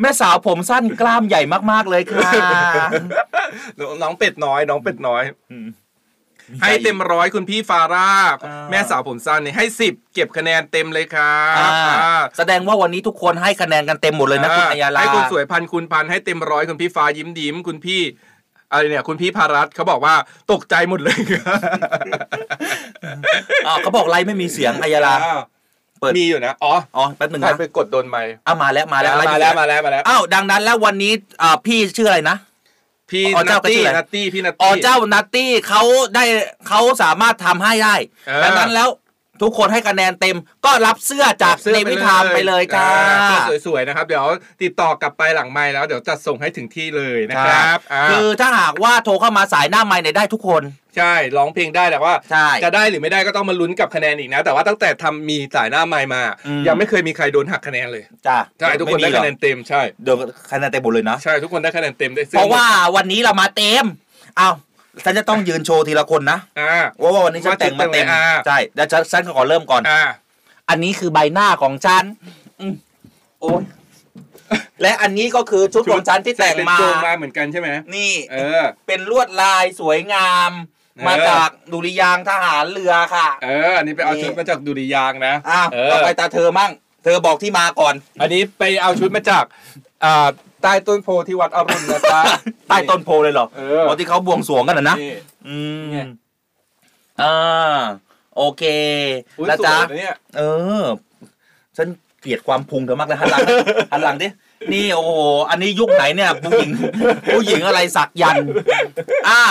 Speaker 9: แม่สาวผมสั้นกล้ามใหญ่มากๆเลยค่ะ
Speaker 5: น้องเป็ดน้อย น้องเป็ดน้อย ให้เต็มร้อยคุณพี่ฟาร่า แม่สาวผมสั้นเนี่ยให้สิบเก็บคะแนนเต็มเลยครับ
Speaker 9: อ่า
Speaker 5: อ่า
Speaker 9: แสดงว่าวันนี้ทุกคนให้คะแนนกันเต็มหมดเลยนะคุณอัยยาลา
Speaker 5: ให้คุณสวยพันคุณพันให้เต็มร้อยคุณพี่ฟ้ายิ้มยิ้มคุณพี่อะไรเนี่ย คุณพี่พารัตน์เขาบอกว่าตกใจหมดเลย
Speaker 9: อ่าเขาบอกไลฟ์ไม่มีเสียงอัยยาลา เปิด
Speaker 5: มีอยู่นะอ๋อ
Speaker 9: อ๋อแป๊บหนึ่ง
Speaker 5: ใคร
Speaker 9: นะ
Speaker 5: ไปกดโดนไมค์
Speaker 9: อ่ะมาแล้วมาแล้ว
Speaker 5: อ่ะ
Speaker 9: ไฟ์
Speaker 5: มาแล้วมาแล้วมาแล้ว
Speaker 9: อ้าวดังนั้นแล้ววันนี้อ่าพี่ชื่ออะไรนะ
Speaker 5: พี่
Speaker 9: อ๋อ
Speaker 5: นั
Speaker 9: เจ้า
Speaker 5: ต
Speaker 9: ก็
Speaker 5: ตี้
Speaker 9: ชื่ออะไร
Speaker 5: นัตตี้พี่นัตตี้
Speaker 9: อ๋อเจ้านัตตี้เขาได้เขาสามารถทำให้ได้
Speaker 5: เออ
Speaker 9: ดังนั้นแล้วทุกคนให้คะแนนเต็มก็รับเสื้อจาก
Speaker 5: สื้อ
Speaker 9: ในวิธามไปเลยจ้า
Speaker 5: อ่เสื้อสวยๆนะครับ เดี๋ยวติดต่อกลับไปหลังไม้แล้ว เดี๋ยวจัดส่งให้ถึงที่เลยนะครับา
Speaker 9: คือถ้าหากว่าโทรเข้ามาสายหน้าไมค์เนี่ยได้ทุกคน
Speaker 5: ใช่ร้องเพลงได้แต่ว่า
Speaker 9: ใช่
Speaker 5: จะได้หรือไม่ได้ก็ต้องมาลุ้นกับคะแนนอีกนะ แต่ว่าตั้งแต่ทำมีสายหน้าไม้มา
Speaker 9: อืม
Speaker 5: ยังไม่เคยมีใครโดนหักคะแนนเลย
Speaker 9: จ้า
Speaker 5: ใช่ทุกคนได้คะแนนเต็มใช่
Speaker 9: เดี๋ยวคะแนนเต็มหมดเลยนะ
Speaker 5: ใช่ทุกคนได้คะแนนเต็มได้สื้อ
Speaker 9: เพราะว่าวันนี้เรามาเต็มเอาฉันจะต้องยืนโชว์ทีละคนนะ
Speaker 5: อ่า
Speaker 9: ว่าว่าวันนี้ฉันแต่งมาเต็
Speaker 5: ว่าเต็
Speaker 9: ม
Speaker 5: มเลยอ่ะ
Speaker 9: ใช่เดี๋ยวฉันฉันขอเริ่มก่อนอันนี้คือใบหน้าของฉันอืมโอ้ยและอันนี้ก็คือชุดของฉันที่แต่ง
Speaker 5: เป็น
Speaker 9: มา
Speaker 5: โจงมาเหมือนกันใช่ไหม
Speaker 9: นี่
Speaker 5: เออ
Speaker 9: เป็นลวดลายสวยงาม
Speaker 5: เออ
Speaker 9: มาจากดุริยางค์ทหารเรือค่ะ
Speaker 5: เอออันนี้ไปเอาชุดมาจากดุริยางค์นะ
Speaker 9: อ้าวต่อไปตาเธอมั่ง เธอบอกที่มาก่อน
Speaker 5: อันนี้ไปเอาชุดมาจากอ่าใต้ต้นโพธิ์ที่วัดอรุณนะ จ๊ะ
Speaker 9: ใต้ต้นโพเลยเหรอ
Speaker 5: เออ
Speaker 9: ตอนที่เขาบวงสรวงกันนะนะ
Speaker 5: นี่
Speaker 9: อืมอ่าโอเค
Speaker 5: อุ๊ย
Speaker 9: นะจ๊ะ
Speaker 5: สวยนะเนี่ย
Speaker 9: เออ ฉันเกลียดความพุงเธอมากเลยหันหลัง นะหันหลังดิ นี่โอ้โห อันนี้ยุคไหนเนี่ย ผู้หญิง ผู้หญิงอะไรสักยันต์อ่ะ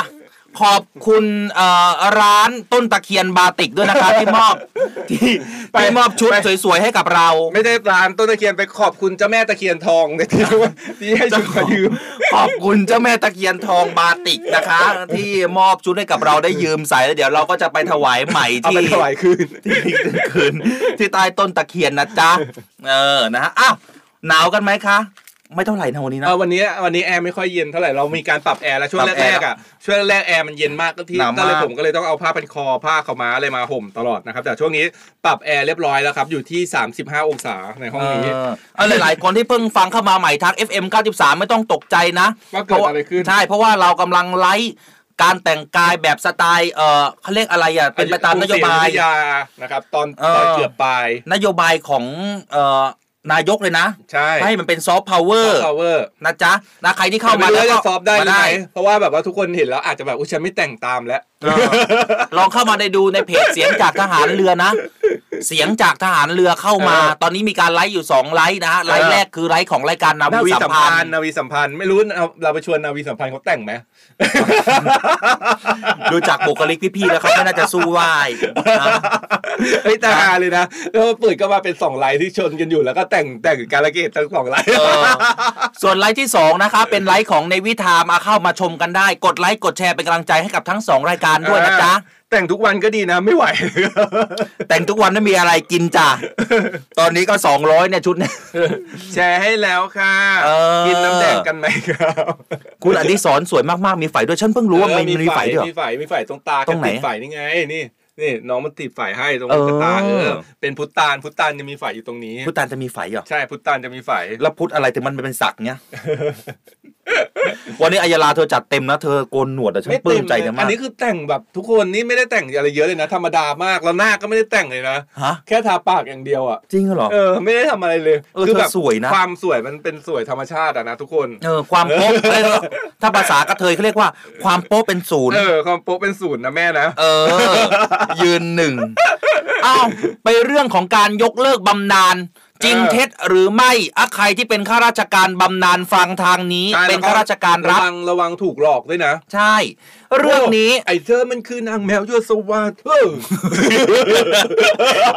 Speaker 9: ขอบคุณเอ่อร้านต้นตะเคียนบาติกด้วยนะคะที่มอบ ที่ที่มอบชุดสวยๆให้กับเรา
Speaker 5: ไม่ได้ร้านต้นตะเคียนไปขอบคุณเจ้าแม่ตะเคียนทอง ในที่ว่าที่ให้ชุดมายืม
Speaker 9: ขอบคุณเจ้าแม่ตะเคียนทองบาติกนะคะ ที่มอบชุดให้กับเราได้ยืมใส่แล้วเดี๋ยวเราก็จะไปถวายใหม่
Speaker 5: เอา
Speaker 9: ที่
Speaker 5: ไปถวายคืน
Speaker 9: ที่คืน ที่ใต้ต้นตะเคียนนะ จ๊ะเออนะฮะอ้าวหนาวกันไหมคะ ไม่เท่าไหร่นะวันนี้นะ
Speaker 5: เอาวันนี้วันนี้แอร์ไม่ค่อยเย็นเท่าไหร่เรามีการปรับแอร์แล้วช่วง
Speaker 9: ปรับแอ
Speaker 5: แร
Speaker 9: ร์
Speaker 5: กๆอ่ะช่วงแรกๆแอร์มันเย็นมากก็ที่
Speaker 9: หนาว
Speaker 5: ก็เลย
Speaker 9: มาก
Speaker 5: ผมก็เลยต้องเอาผ้าพันคอผ้าขาวม้าอะไรมาห่มตลอดนะครับแต่ช่วงนี้ปรับแอร์เรียบร้อยแล้วครับอยู่ที่ 35 องศาในห้องนี้
Speaker 9: เออเอาหลาย ๆ คนที่เพิ่งฟังเข้ามาใหม่ทัก FM 93 ไม่ต้องตกใจนะ
Speaker 5: ว่าเกิดอะไรขึ้น
Speaker 9: ใช่ เพราะว่าเรากำลังไลฟ์การแต่งกายแบบสไตล์ เออเขาเรียกอะไรอ่ะ เป็นไปตามนโยบาย
Speaker 5: กรุงศรีอธยานะครับตอน
Speaker 9: เออ
Speaker 5: ตอนเกือบปลาย
Speaker 9: นโยบายของเอ่อนายกเลยนะ
Speaker 5: ใช่
Speaker 9: ให้มันเป็นซอฟต์พาวเวอร์
Speaker 5: power
Speaker 9: นะจ๊ะนะใครที่เข้ามา
Speaker 5: แล้
Speaker 9: แล้ว ว
Speaker 5: จะ
Speaker 9: ก็
Speaker 5: ซอฟได้หรือ
Speaker 9: มา
Speaker 5: ไม่เพราะว่าแบบว่าทุกคนเห็นแล้วอาจจะแบบอุ้ยฉันไม่แต่งตามแล้ว
Speaker 9: เออลองเข้ามาในดูในเพจเสียงจากทหารเรือนะ เสียงจากทหารเรือเข้ามา
Speaker 5: เออ
Speaker 9: ตอนนี้มีการไลฟ์อยู่ 2 ไลฟ์นะฮะไล
Speaker 5: เอ
Speaker 9: ฟ์
Speaker 5: อ
Speaker 9: แรกคือไลฟ์ของรายการนา
Speaker 5: นา
Speaker 9: วี
Speaker 5: วี
Speaker 9: สั
Speaker 5: สั
Speaker 9: ม
Speaker 5: ม
Speaker 9: พัน
Speaker 5: พัน
Speaker 9: ธ์
Speaker 5: ธ์นาวีสัมพันธ์ไม่รู้เอาเราไปชวนนาวีสัมพันธ์เขาแต่งไหม
Speaker 9: ดูจากบุคลิกพี่ๆแล้วเขาไม่น่าจะสู้ไหวนะ
Speaker 5: เฮ้ยแต่ฮาเลยนะแล้วเปิดก็มาเป็นสองไลน์ที่ชนกันอยู่แล้วก็แต่งแต่งการละเกตทั้งสองไลน์
Speaker 9: เออส่วนไลฟ์ที่ 2 นะคะ เป็นไลฟ์ของในวิธามมาเข้ามาชมกันได้ กดไลค์กดแชร์เป็นกำลังใจให้กับทั้ง 2 รายการด้วยนะจ๊ะ
Speaker 5: แต่งทุกวันก็ดีนะ ไม่ไหว
Speaker 9: แต่งทุกวันไม่มีอะไรกินจ้ะ ตอนนี้ก็ 200เนี่ยชุดเนี่ย
Speaker 5: แชร์ให้แล้วค่ะ
Speaker 9: เออ
Speaker 5: กินน้ำแดงกันไหมครับ
Speaker 9: คุณอดิศรสวยมากๆ มีไฝด้วยฉันเพิ่งรู้ว่ามันมีไฝด้วยเหร
Speaker 5: มี
Speaker 9: อ
Speaker 5: ไฝมีไฝตรงตา
Speaker 9: ตรงไหน
Speaker 5: กะติดไฝนี่ไงนี่นี่น้องมันติดไฝให้ตรง
Speaker 9: เออ
Speaker 5: กระตาเออเป็นพุตตานพุตตานจะมีไฝอยู่ตรงนี้
Speaker 9: พุทธานจะมีไฝเหรอ
Speaker 5: ใช่พุตตานจะมีไฝ
Speaker 9: แล้วพุทธอะไรถึงมันเป็นสักเนี่ย วันนี้อัยยาลาเธอจัดเต็มนะ เธอโกนหนวดอะฉันปลื้มใจเธอมา
Speaker 5: อัน
Speaker 9: ก
Speaker 5: นี้คือแต่งแบบทุกคนนี่ไม่ได้แต่งอะไรเยอะเลยนะ ธรรมดามากแล้วหน้าก็ไม่ได้แต่งเลยนะ
Speaker 9: ฮะ
Speaker 5: แค่ทาปากอย่างเดียวอ่ะ
Speaker 9: จริงเหรอ
Speaker 5: เออไม่ได้ทำอะไรเลย
Speaker 9: เออ
Speaker 5: คื
Speaker 9: เธอ
Speaker 5: แบบ
Speaker 9: สวยนะ
Speaker 5: ความสวยมันเป็นสวยธรรมชาติอะนะทุกคน
Speaker 9: เออ ความโป๊ะ เรียกว่าถ้าภาษากระเทยเขาเรียกว่า ความโป๊ะเป็นศูนย์
Speaker 5: เออความโป๊ะเป็นศูนย์นะแม่นะ
Speaker 9: เออ ยืนหนึ่ง อ้าวไปเรื่องของการยกเลิกบำนาญจริงเท็จหรือไม่อะใครที่เป็นข้าราชการบำนาญฟังทางนี้
Speaker 5: ใช่
Speaker 9: เป็น
Speaker 5: แล้ว
Speaker 9: ข้าราชการรัฐ
Speaker 5: ระวังระวังถูกหลอกด้วยนะ
Speaker 9: ใช่ เรื่องนี้
Speaker 5: ไอ้เธอมันคือนางแมวยั่วสวัสดเออ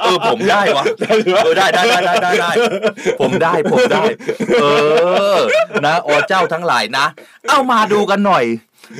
Speaker 9: เออผมได้วะเออได้ได้ได้ได้ได้ได้ผมได้ผมได้ เออ นะอเจ้าทั้งหลายนะ เอามาดูกันหน่อย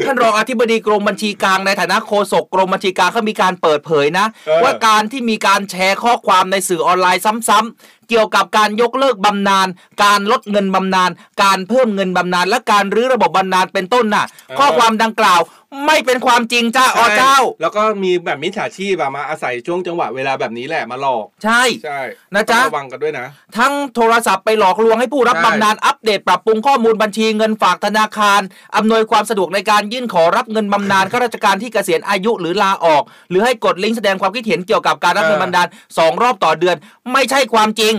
Speaker 9: ท่านรองอธิบดีกรมบัญชีกลางในฐานะโฆษกกรมบัญชีกลางเขามีการเปิดเผยนะ
Speaker 5: เออ
Speaker 9: ว่าการที่มีการแชร์ข้อความในสื่อออนไลน์ซ้ำ เกี่ยวกับการยกเลิกบำนาญการลดเงินบำนาญการเพิ่มเงินบำนาญและการรื้อระบบบำนาญเป็นต้นน่ะ ข้อความดังกล่าวไม่เป็นความจริงจ้าอเจ้า
Speaker 5: แล้วก็มีแบบมิจฉาชีพอะมาอาศัยช่วงจังหวะเวลาแบบนี้แหละมาหลอก
Speaker 9: ใช่
Speaker 5: ใช่
Speaker 9: นะจ๊ะ
Speaker 5: ต้องระวังกันด้วยนะ
Speaker 9: ทั้งโทรศัพท์ไปหลอกลวงให้ผู้รับ
Speaker 5: ใช่
Speaker 9: บำนาญอัปเดตปรับปรุงข้อมูลบัญชีเงินฝากธนาคาร อำนวยความสะดวกในการยื่นขอรับเงินบำนาญข้าราชการที่เกษียณอายุหรือลาออก หรือให้กดลิงก์แสดงความคิดเห็นเกี่ยวกับการรับเงินบำนาญสองรอบต่อเดือน ไม่ใช่ความจริง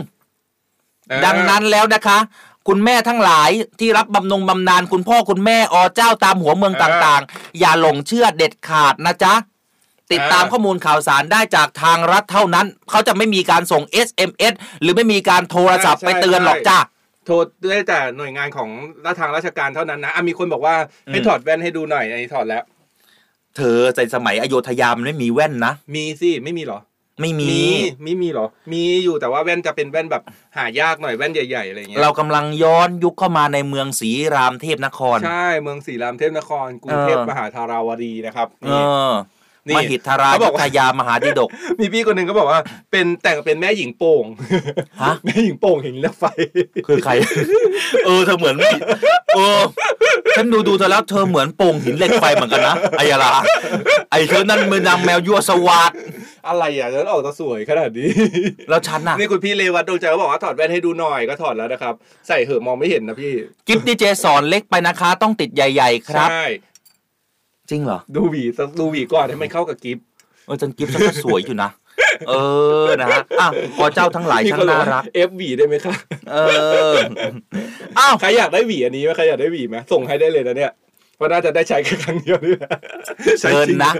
Speaker 9: ดังนั้นแล้วนะคะ คุณแม่ทั้งหลายที่รับบำนงบำนาญคุณพ่อคุณแม่อเจ้าตามหัวเมืองต่างๆ อย่าหลงเชื่อเด็ดขาดนะจ๊ะ ติดตามข้อมูลข่าวสารได้จากทางรัฐเท่านั้น เขาจะไม่มีการส่ง SMS หรือไม่มีการโทรศัพท์ไปเตือนหรอกจ้ะ
Speaker 5: โทษได้แต่หน่วยงานของทางราชการเท่านั้นนะอ่ะมีคนบอกว่าให้
Speaker 9: อืม
Speaker 5: ถอดแว่นให้ดูหน่อยอันนี้ถอดแล้ว
Speaker 9: เธอในสมัยอโยธยามันไม่มีแว่นนะ
Speaker 5: มีสิไม่มีเหรอ
Speaker 9: ไม่มี
Speaker 5: ไม่มีเหรอ มีอยู่แต่ว่าแว่นจะเป็นแว่นแบบหายากหน่อยแว่นใหญ่ๆอะไรเงี้ย
Speaker 9: เรากำลังย้อนยุคเข้ามาในเมืองศรีรามเทพนคร
Speaker 5: ใช่เมืองศรีรามเทพนครกรุงเทพมหาธาราวดีนะครับ
Speaker 9: เอ
Speaker 5: นี่
Speaker 9: อ
Speaker 5: นี่
Speaker 9: มหิทธารา
Speaker 5: เขา
Speaker 9: ช
Speaker 5: บอกว่า
Speaker 9: ทยามหาดิดก
Speaker 5: มีพี่คนหนึ่งก็บอกว่า เป็นแต่งเป็นแม่หญิงโป่ง
Speaker 9: ฮะ
Speaker 5: แม่หญิงโป่งเห็นแล้วไฟ
Speaker 9: คือใคร เออเธอเหมือนไม่เออฉันดูดูเธอแล้วเธอเหมือนโป่งหินเหล็กไฟเหมือนกันนะไอยาลาไอเธอนั่นมือนางแมวยั่วสวัสด
Speaker 5: อะไรอ่ะฉันออกจะสวยขนาดนี้
Speaker 9: แล้วฉันน่ะ
Speaker 5: นี่คุณพี่เลวัตดวงใจก็บอกว่าถอดแว่นให้ดูหน่อยก็ถอดแล้วนะครับ ใส่เหอะมองไม่เห็นนะพี่
Speaker 9: กิฟต์ดีเจสอนเล็กไปนะคะ ต้องติดใหญ่ ๆ ครับ
Speaker 5: ใช่
Speaker 9: จริงเหรอ
Speaker 5: ดูหวีซะดูหวีก่อนให้มันเข้ากับกิฟต์
Speaker 9: เออจันกิฟต์ฉันก็สวยอยู่นะ เออนะฮะอ่ะขอเจ้าทั้งหลาย
Speaker 5: มี
Speaker 9: ช่าง
Speaker 5: คนบอ
Speaker 9: น่าก
Speaker 5: ว่
Speaker 9: รัก
Speaker 5: เอฟวีได้ไหมคะ
Speaker 9: เอออ้าว
Speaker 5: ใครอยากได้หวีอันนี้ไหมใครอยากได้หวีไหมส่งให้ได้เลยนะเนี่ยเพราะน่าจะได้ใช้แค่ครั้งเดียวนี่แหละใช้จริง
Speaker 9: เชิญนะ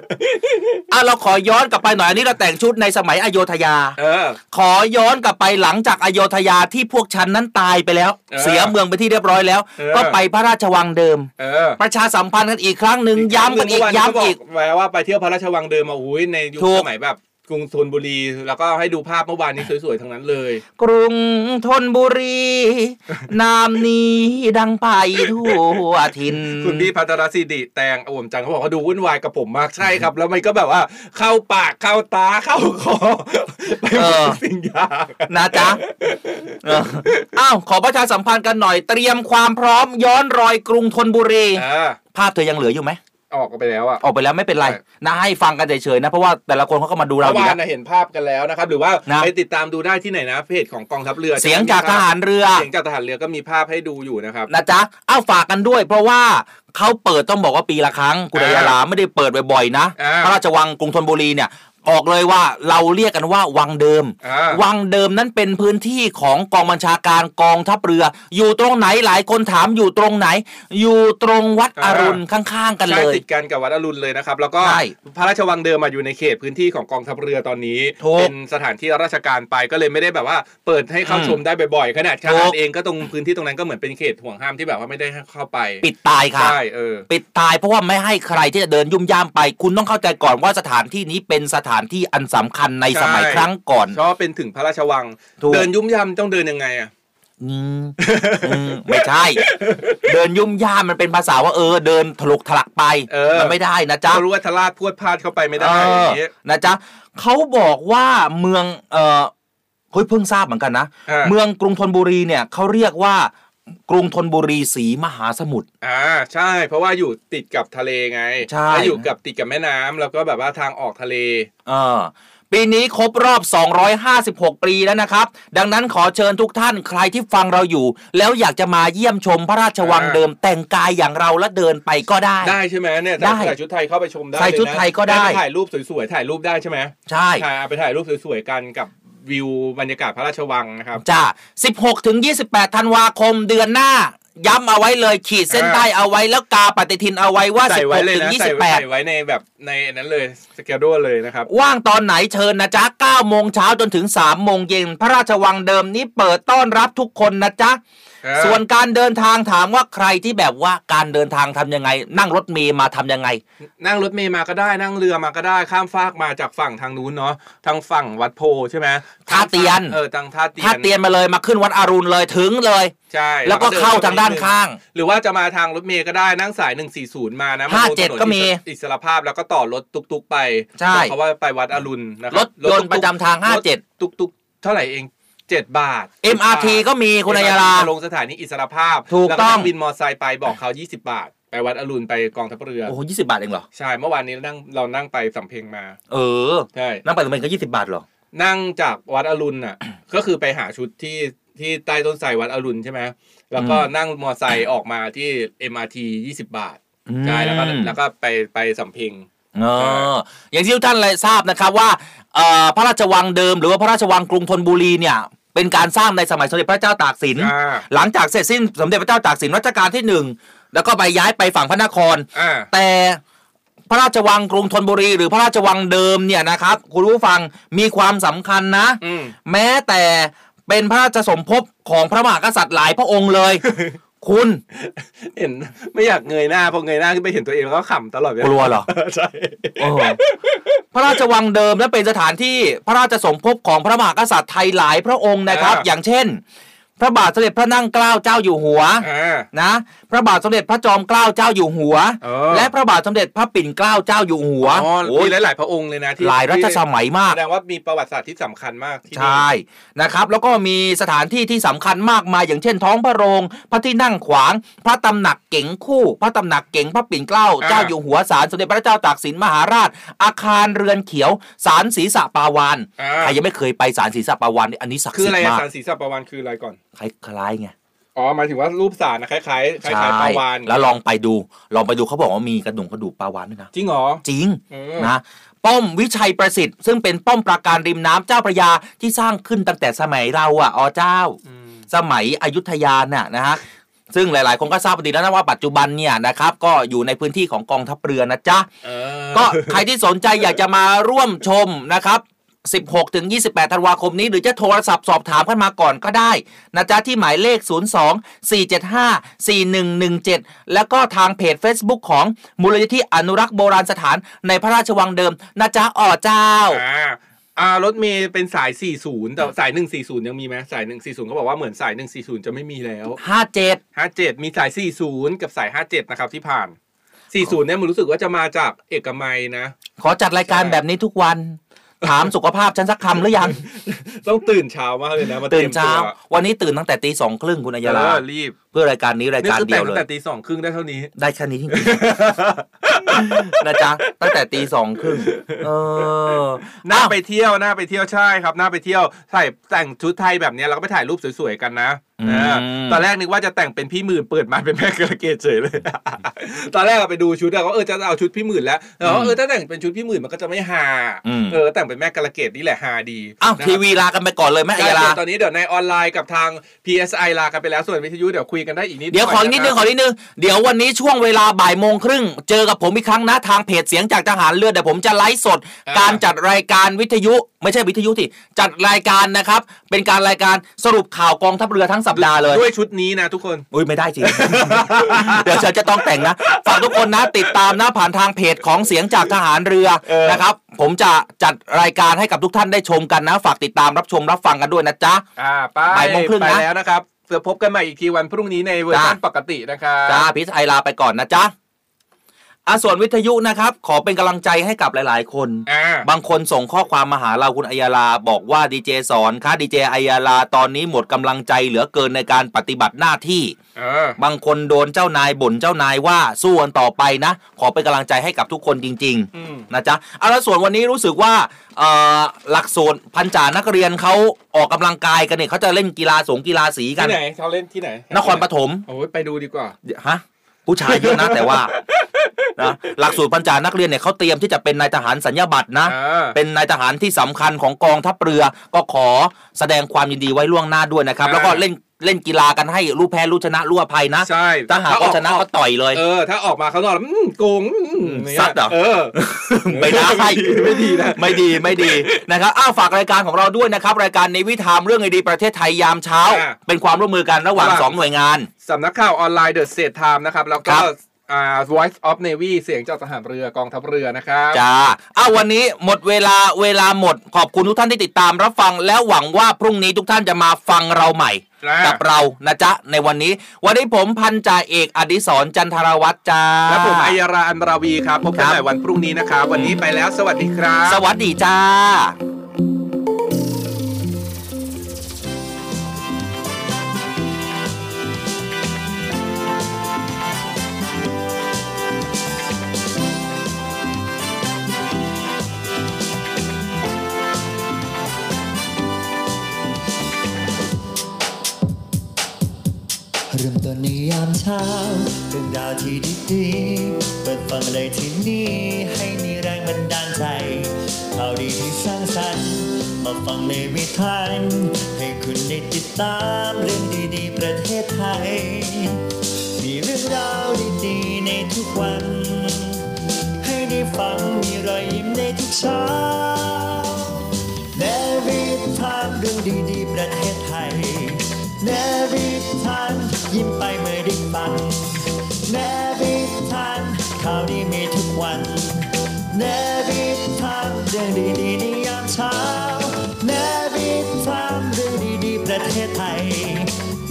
Speaker 9: อ่ะเราขอย้อนกลับไปหน่อยอันนี้เราแต่งชุดในสมัยอโยธยา
Speaker 5: เออ
Speaker 9: ขอย้อนกลับไปหลังจากอโยธยาที่พวกฉันนั้นตายไปแล้ว
Speaker 5: เออ
Speaker 9: เสียเมืองไปที่เรียบร้อยแล้ว
Speaker 5: เออ
Speaker 9: ก็ไปพระราชวังเดิม
Speaker 5: เออ
Speaker 9: ประชาสัมพันธ์กันอีกครั้งหนึ่งย้ำกันอีกย้ำอีก
Speaker 5: เมื่วานเขาบอแปลว่าไปเที่ยวพระราชวังเดิมมาอุ้ยในยุค
Speaker 9: ถูก
Speaker 5: สมัยแบบกรุงธนบุรี แล้วก็ให้ดูภาพเมื่อวานนี้สวยๆทั้งนั้นเลย
Speaker 9: กรุงธนบุรี นามนี้ดังไปทั่วทิน
Speaker 5: คุณพี่พัทรศิริแตงอวมจังเขาบอกว่าดูวุ่นวายกับผมมากใช่ครับ แล้วมันก็แบบว่าเข้าปากเข้าตาเข้าคอไปหมดทุกสิ่งอย่าง
Speaker 9: นะจ๊ะ เอออ้าวขอประชาสัมพันธ์กันหน่อย เตรียมความพร้อมย้อนรอยกรุงธนบุรีภาพเธอยังเหลืออยู่ไหม
Speaker 5: ออกไปแล้วอะ
Speaker 9: ออกไปแล้วไม่เป็นไรนะให้ฟังกันเฉยๆนะ เพราะว่าแต่ละคนเขาก็มาดูเราอ
Speaker 5: เมื่
Speaker 9: ยู่
Speaker 5: อวาน
Speaker 9: นะ
Speaker 5: นะเห็นภาพกันแล้วนะครับ หรือว่า
Speaker 9: นะ
Speaker 5: ไปติดตามดูได้ที่ไหนนะเพจของกองทัพเรือ
Speaker 9: เสียงจากทหารเรือ
Speaker 5: เสียงจากทหารเรือก็มีภาพให้ดูอยู่นะครับ
Speaker 9: นะจ๊ะอ้าวฝากกันด้วย เพราะว่าเขาเปิดต้องบอกว่าปีละครั้งคุณ
Speaker 5: อ่า
Speaker 9: อัยยาลาไม่ได้เปิดบ่อยๆนะ
Speaker 5: อ่า
Speaker 9: พระราชวังกรุงธนบุรีเนี่ย ออกเลยว่าเราเรียกกันว่าวังเดิม
Speaker 5: อ่า
Speaker 9: วังเดิมนั้นเป็นพื้นที่ของกองบัญชาการกองทัพเรือ อยู่ตรงไหนหลายคนถามอยู่ตรงไหน อยู่ตรงวัดอรุณข้างๆกันเล
Speaker 5: ใช่
Speaker 9: ย
Speaker 5: ติดกันกับวัดอรุณเลยนะครับ แล้วก็พระราชวังเดิมมาอยู่ในเขตพื้นที่ของกองทัพเรือตอนนี้ เป็นสถานที่ราชการไปก็เลยไม่ได้แบบว่า เปิดให้เข้าชมได้บ่อยๆขนาดท
Speaker 9: ถู
Speaker 5: หาร
Speaker 9: ก
Speaker 5: เองก็ตรงพื้นที่ตรงนั้นก็เหมือนเป็นเขตห่วงห้ามที่แบบว่าไม่ได้ให้เข้าไป
Speaker 9: ปิดตายค่ะ
Speaker 5: ใช่เออ
Speaker 9: ปิดตายเพราะว่าไม่ให้ใครที่จะเดินยุ่มย่ามไป คุณต้องเข้าใจก่อนว่าสถานที่นี้เป็นสถานที่อันสำคัญในสมัย
Speaker 5: ใช่
Speaker 9: ครั้งก่อน
Speaker 5: เพราะว่าเป็นถึงพระราชวัง
Speaker 9: ถูก
Speaker 5: เดินยุ่มย่ำต้องเดินยังไงอะ
Speaker 9: อืมอืมไม่ใช่ เดินยุ่มย่ามมันเป็นภาษาว่าเออ เดินถลกถลักไป
Speaker 5: เออ
Speaker 9: มันไม่ได้นะจ๊ะ
Speaker 5: ก็รู้ว่าทลาดพรวดพลาดเข้าไปไม่ได้
Speaker 9: เอ
Speaker 5: อย่าง
Speaker 9: อ
Speaker 5: นี้
Speaker 9: นะจ๊ะเขาบอกว่าเมืองเออเฮ้ยเพิ่งทราบเหมือนกันนะ
Speaker 5: เออ
Speaker 9: เมืองกรุงธนบุรีเนี่ยเขาเรียกว่ากรุงธนบุรีสีมหาสมุทร
Speaker 5: อ่าใช่ เพราะว่าอยู่ติดกับทะเลไง
Speaker 9: ใช่
Speaker 5: แล้วอยู่กับติดกับแม่น้ำแล้วก็แบบว่าทางออกทะเล
Speaker 9: เออปีนี้ครบรอบ 256 ปีแล้วนะครับ ดังนั้นขอเชิญทุกท่านใครที่ฟังเราอยู่ แล้วอยากจะมาเยี่ยมชมพระราชวัง
Speaker 5: อ่า
Speaker 9: เดิมแต่งกายอย่างเราและเดินไปก็ได้
Speaker 5: ได้ใช่ไหมเนี่ย
Speaker 9: ได้
Speaker 5: ใส่ชุดไทยเข้าไปชมได้
Speaker 9: ใส่
Speaker 5: เลยนะ
Speaker 9: ชุดไทยก็ได้
Speaker 5: ปถ่ายรูปสวยๆถ่ายรูปได้ใช่ไหม
Speaker 9: ใช่
Speaker 5: ถ่ายเอาไปถ่ายรูปสวยๆกันกับวิวบรรยากาศพระราชวังนะครับ
Speaker 9: จ้า16 ถึง 28 ธันวาคมเดือนหน้า ย้ำเอาไว้เลยขีดเส้นใต้เอาไว้แล้วกาปฏิทินเอาไว้ว่า
Speaker 5: ใส่ไว้เลย
Speaker 9: 16 ถึง
Speaker 5: นะใส่ไว้ใส่ไว้ในแบบในนั้นเลยสเกดูเลยนะครับ
Speaker 9: 28 ว่างตอนไหนเชิญนะจ๊ะ9โมงเช้าจนถึง 3 โมงเย็น พระราชวังเดิมนี้เปิดต้อนรับทุกคนนะจ๊ะ
Speaker 5: เออ
Speaker 9: ส่วนการเดินทางถามว่าใครที่แบบว่าการเดินทางทำยังไง นั่งรถเมล์มาทำยังไง
Speaker 5: นั่งรถเมล์มาก็ได้นั่งเรือมาก็ได้ข้ามฟากมาจากฝั่งทางนู้นเนาะทางฝั่งวัดโพใช่ไหม
Speaker 9: ท่าเตียน
Speaker 5: เออทางท่าเตียน
Speaker 9: ถ้าเตียนมาเลยมาขึ้นวัดอรุณเลยถึงเลย
Speaker 5: ใช่
Speaker 9: แล้วก็เข้าทางด้านข้าง
Speaker 5: หรือว่าจะมาทางรถเมย์ก็ได้นั่งสาย 140 มานะมตรงถนน
Speaker 9: 57ก็มี
Speaker 5: อิสระภาพแล้วก็ต่อรถตุกๆไป
Speaker 9: ใช่
Speaker 5: เขาว่าไปวัดอรุณนะค
Speaker 9: ร
Speaker 5: รั
Speaker 9: ถยนต์ประจำทาง57
Speaker 5: รถตุกๆ เท่าไหร่เอง 7 บาท
Speaker 9: MRT ก็มีคุณอัยยารา
Speaker 5: ลงสถานีอิสรภาพ
Speaker 9: ถูก
Speaker 5: แล้วก็
Speaker 9: ต้อง
Speaker 5: นั่บินมอไซค์ไปบอกเขา 20 บาท ไปวัดอรุณไปกองทัพเรือ
Speaker 9: โอ้โหยี่สิบาทเองเหรอ
Speaker 5: ใช่เมื่อวานนี้นั่งเรานั่งไปสำเพ็งมา
Speaker 9: เออ
Speaker 5: ใช่
Speaker 9: นั่งไปสำเพ็งก็ยี่สิบาทเหรอ
Speaker 5: นั่งจากวัดอรุณน่ะ ก็คือไปหาชุดที่ที่ใต้ต้นไทรวัดอรุณใช่ไหมแล้วก็
Speaker 9: อืม
Speaker 5: นั่งมอไซค์ออกมาที่ MRT 20 บาท
Speaker 9: อืม
Speaker 5: ใช่แล้วก็แล้วก็ไปไปสำเพ็ง
Speaker 9: เอออย่างที่ทุกท่านเลยทราบนะครับว่าเอ่อพระราชวังเดิม หรือว่าพระราชวังกรุงธนบุรีเนี่ยเป็นการสร้างในสมัยสมเด็จพระเจ้าตากสิน หลังจากเสร็จสิ้นสมเด็จพระเจ้าตากสินรัชกาลที่หนึ่งแล้วก็ไปย้ายไปฝั่งพระนคร แต่พระราชวังกรุงธนบุรี หรือพระราชวังเดิมเนี่ยนะครับคุณผู้ฟังมีความสำคัญนะ แม้แต่เป็นพระราชสมภพของพระมหากษัตริย์หลายพระองค์เลย คุณ
Speaker 5: เห็นไม่อยากเงยหน้าพอเงยหน้าขึ้นไปเห็นตัวเองแล้วก็ขำตลอดเวลาก
Speaker 9: ลัวเหรอ
Speaker 5: ใช่
Speaker 9: โอ้โหพระราชวังเดิมและเป็นสถานที่พระราชสมภพของพระมหากษัตริย์ไทยหลายพระองค์นะครับ อย่างเช่น พระบาทสมเด็จพระนั่งเกล้าเจ้าอยู่หัวนะ พระบาทสมเด็จพระจอมเกล้าเจ้าอยู่หัว และพระบาทสมเด็จพระปิ่นเกล้าเจ้าอยู่หัว
Speaker 5: อ๋อ
Speaker 9: โอ้
Speaker 5: มี
Speaker 9: ย
Speaker 5: หลายๆพระองค์เลยนะที่
Speaker 9: หลายรัชสมัยมาก
Speaker 5: แสดงว่ามีประวัติศาสตร์ที่สำคัญมากที่
Speaker 9: ใช่นะครับ แล้วก็มีสถานที่ที่สำคัญมากมาย อย่างเช่นท้องพระโรง พระที่นั่งขวาง พระตำหนักเก๋งคู่ พระตำหนักเก๋งพระปิ่นเกล้าเจ้าอยู่หัวศาลสมเด็จพระเจ้าตากสินมหาราช อาคารเรือนเขียวศาลศรีสะปาวานใครยังไม่เคยไปศาลศรีสะปาวานเนี่ยอันนี้ศักดิ์
Speaker 5: คือ
Speaker 9: สิท
Speaker 5: อะไร
Speaker 9: ธิ์
Speaker 5: อะ
Speaker 9: มาก
Speaker 5: สารศรีสัปประวันคืออะไรก่อน
Speaker 9: คล้ายๆไง
Speaker 5: อ๋อหมายถึงว่ารูปสารนะคล้ายๆคล้าย
Speaker 9: ใช่
Speaker 5: ๆปลาวาน
Speaker 9: แล้วลองไปดู ลองไปดูเขาบอกว่ามีกระดูกกระดูกปลาวานด้วยนะ
Speaker 5: จริงเหรอ
Speaker 9: จริง
Speaker 5: เออ
Speaker 9: นะป้อมวิชัยประสิทธิ์ซึ่งเป็นป้อมปราการริมน้ำเจ้าพระยาที่สร้างขึ้นตั้งแต่สมัยเราอ่ะอ๋อเจ้า สมัยอยุธยาน่ะนะฮะซึ่งหลาย ๆ คนก็ทราบดีแล้วนะว่าปัจจุบันเนี่ยนะครับก็อยู่ในพื้นที่ของกองทัพเรือนะจ๊ะ ก็ใครที่สนใจอยากจะมาร่วมชมนะครับ 16 ถึง 28 ธันวาคมนี้ หรือจะโทรศัพท์สอบถามกันมาก่อนก็ได้นะจ๊ะที่หมายเลข 02 475 4117 แล้วก็ทางเพจ Facebook ของมูลนิธิอนุรักษ์โบราณสถานในพระราชวังเดิมนะจ๊ะอ่อเจ้า
Speaker 5: อ่าอ่ารถเมย์เป็นสาย 40 แต่สาย 140 ยังมีไหมสาย 140เขาบอกว่าเหมือนสาย 140 จะไม่มีแล้ว
Speaker 9: 57
Speaker 5: 57 มีสาย 40 กับสาย 57 นะครับที่ผ่าน 40 เนี่ยมันรู้สึกว่าจะมาจากเอกมัยนะ
Speaker 9: ขอจัดรายการแบบนี้ทุกวัน ถามสุขภาพฉันสักคำ หรือยัง
Speaker 5: ต้องตื่นเช้ามากเลยนะมา
Speaker 9: ตื่
Speaker 5: รีย
Speaker 9: น
Speaker 5: มว
Speaker 9: เช้า วันนี้ตื่นตั้งแต่ตีสองครึ่งคุณอัยยา
Speaker 5: เอ
Speaker 9: ลา
Speaker 5: อรีบ
Speaker 9: เพื่อรายการนี้รายการเดียว
Speaker 5: นี่คือแต่ง
Speaker 9: เล
Speaker 5: ตั้
Speaker 9: ย
Speaker 5: งแต่ตีสองครึ่งได้ เท่านี้
Speaker 9: ได้แค่นี้จริงๆ นะจ๊ะ ตั้งแต่ตีสองครึ่งเออ
Speaker 5: น่าไปเที่ยวน่าไปเที่ยวใช่ครับน่าไปเที่ยวใส่แต่งชุดไทยแบบเนี้ยเราก็ไปถ่ายรูปสวยๆกันนะ
Speaker 9: อืม
Speaker 5: เออตอนแรกนึกว่าจะแต่งเป็นพี่หมื่นเปิดมาเป็นแม่กระเกดเฉย เลย ตอนแรกเราไปดูชุดอะก็เออจะเอาชุดพี่หมื่นแล้วแล้วก็เออถ้าแต่งเป็นชุดพี่หมื่นมันก็จะไม่ฮา
Speaker 9: อืม
Speaker 5: เออแต่งเป็นแม่กระเกดนี่แหละฮาดี
Speaker 9: อ้าว
Speaker 5: นะครับ
Speaker 9: ทีวีลากันไปก่อนเลยแม่อัยยาลา
Speaker 5: ใช่ส่วนตอนนี้เดี๋ยวในออนไลน์กับทาง PSI ลากันไปแล้ว ส่วนวิทยุเดี๋ยวคุยกันได้อีกนิด
Speaker 9: เดี๋ยวขออีกนิดนึงขออีกนิดนึง เดี๋ยววันนี้ช่วงเวลาบ่ายโมงครึ่ง เจอกับผมอีกครั้งนะทางเพจเสียงจากทหารเรือเดี๋ยวผมจะไลฟ์สด การจัดรายการวิทยุ ไม่ใช่วิทยุที่จัดรายการนะครับ เป็นการรายการสรุปข่าวกองทัพเรือทั้งสัปดาห์เลย
Speaker 5: ด้วยชุดนี้นะทุกคน
Speaker 9: อุ้ยไม่ได้จริง เดี๋ยวฉันจะต้องแต่งนะ ฝากทุกคนนะติดตามนะผ่านทางเพจของเสียงจากทหารเรือนะครับ ผมจะจัดรายการให้กับทุกท่านได้ชมกันนะ ฝากติดตามรับชมรับฟังกันด้วยนะจ๊ะ
Speaker 5: อ่าไป
Speaker 9: บ่ายโมงครึ่งนะ
Speaker 5: ไปแล้วนะครับเพื่อพบกันใหม่อีกทีวันพรุ่งนี้ในเวอร์ชันปกตินะครับ
Speaker 9: จ้าพิษไอลาไปก่อนนะจ๊ะอาส่วนวิทยุนะครับ ขอเป็นกำลังใจให้กับหลาย ๆ คน บางคนส่งข้อความมาหาเราคุณอัยยาลาบอกว่าดีเจสอนค่ะดีเจอัยยาลาตอนนี้หมดกำลังใจเหลือเกินในการปฏิบัติหน้าที่ บางคนโดนเจ้านายบ่นเจ้านายว่าสู้กันต่อไปนะ ขอเป็นกำลังใจให้กับทุกคนจริง ๆ นะจ๊ะเอาละส่วนวันนี้รู้สึกว่าเอ่อหลักสูตรพันจ่านักเรียนเขาออกกำลังกายกันเนี่ยเขาจะเล่นกีฬาสงกีฬาสีกัน
Speaker 5: ที่ไหนเขาเล่นที่ไหน
Speaker 9: นครปฐม
Speaker 5: โอ้ยไปดูดีกว่า
Speaker 9: ฮะผู้ชายเยอะนะ แต่ว่านะหลักสูตรพันจานักเรียนเนี่ยเขาเตรียมที่จะเป็นนายทหารสัญญาบัตรนะ เป็นนายทหารที่สำคัญของกองทัพเรือ ก็ขอแสดงความยินดีไว้ล่วงหน้าด้วยนะครับ
Speaker 5: อ่า
Speaker 9: แล้วก็เล่นเล่นกีฬากันให้รู้แพ้รู้ชนะรู้อภัยนะ
Speaker 5: ใช่
Speaker 9: ถ้าหากว่าชนะก็ต่อยเลย
Speaker 5: เออ ถ้าออกมาข้างนอกแล้วอืมโกงอืมย่างงี้ย
Speaker 9: ซัดเหรอ
Speaker 5: เออ
Speaker 9: ไม่ได้
Speaker 5: ไม่ดีไม่ดีนะ
Speaker 9: ไม่ดีไม่ดีนะครับอ้าวฝากรายการของเราด้วยนะครับ รายการในวิถามเรื่องดีๆประเทศไทยยามเช้า
Speaker 5: อ่า
Speaker 9: เป็นความร่วมมือกันระหว่างสองหน่วยงาน
Speaker 5: สำนักข่าวออนไลน์เดอะเ t ท i m e นะครับ แล้วก็อ่า Voice of Navy เสียงจากทหารเรือกองทัพเรือนะครับ
Speaker 9: จ้าอ้าววันนี้หมดเวลาเวลาหมด ขอบคุณทุกท่านที่ติดตามรับฟัง แล้วหวังว่าพรุ่งนี้ทุกท่านจะมาฟังเราใหม่
Speaker 5: ครับ
Speaker 9: กับเรานะจ๊ะ ในวันนี้ วันนี้ผมพันจ่าเอกอดิศรจันทรวัตรจ้า
Speaker 5: และผมอัยยาราอันราวีครับ พบกันใหม่วันพรุ่งนี้นะครับ วันนี้ไปแล้วสวัสดีครับ
Speaker 9: สวัสดีจ้า
Speaker 2: รื่องราวที่ดีๆเปิดฟังได้ที่นี่ให้มีแรงบันดาลใจเอาดีที่สร้างสรรค์มาฟังในวิถีให้คุณได้ติดตามเรื่องดีๆ ประเทศไทย มีเรื่องราวดีๆในทุกวัน ให้ได้ฟังมีรอยยิ้มในทุกเช้า เนวิทามเรื่องดีๆประเทศไทยเนวิทามยิ้มไปเมื่อได้ฟังเนวิทามข่าวดีมีทุกวันเนวิทามเรื่องดีๆในยามเช้าเนวิทามเรื่องดีๆประเทศไทย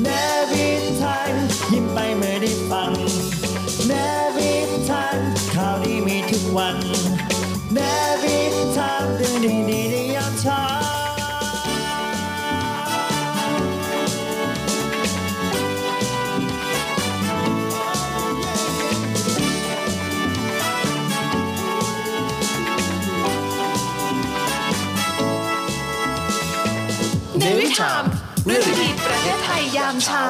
Speaker 2: เนวิทามยิ้มไปเมื่อได้ฟังเนวิทามข่าวดีมีทุกวัน แม่พิดทางเรื่องดีๆในยามเช้า
Speaker 14: ในวิชามเรื่องดีประเทศไทยยามเช้า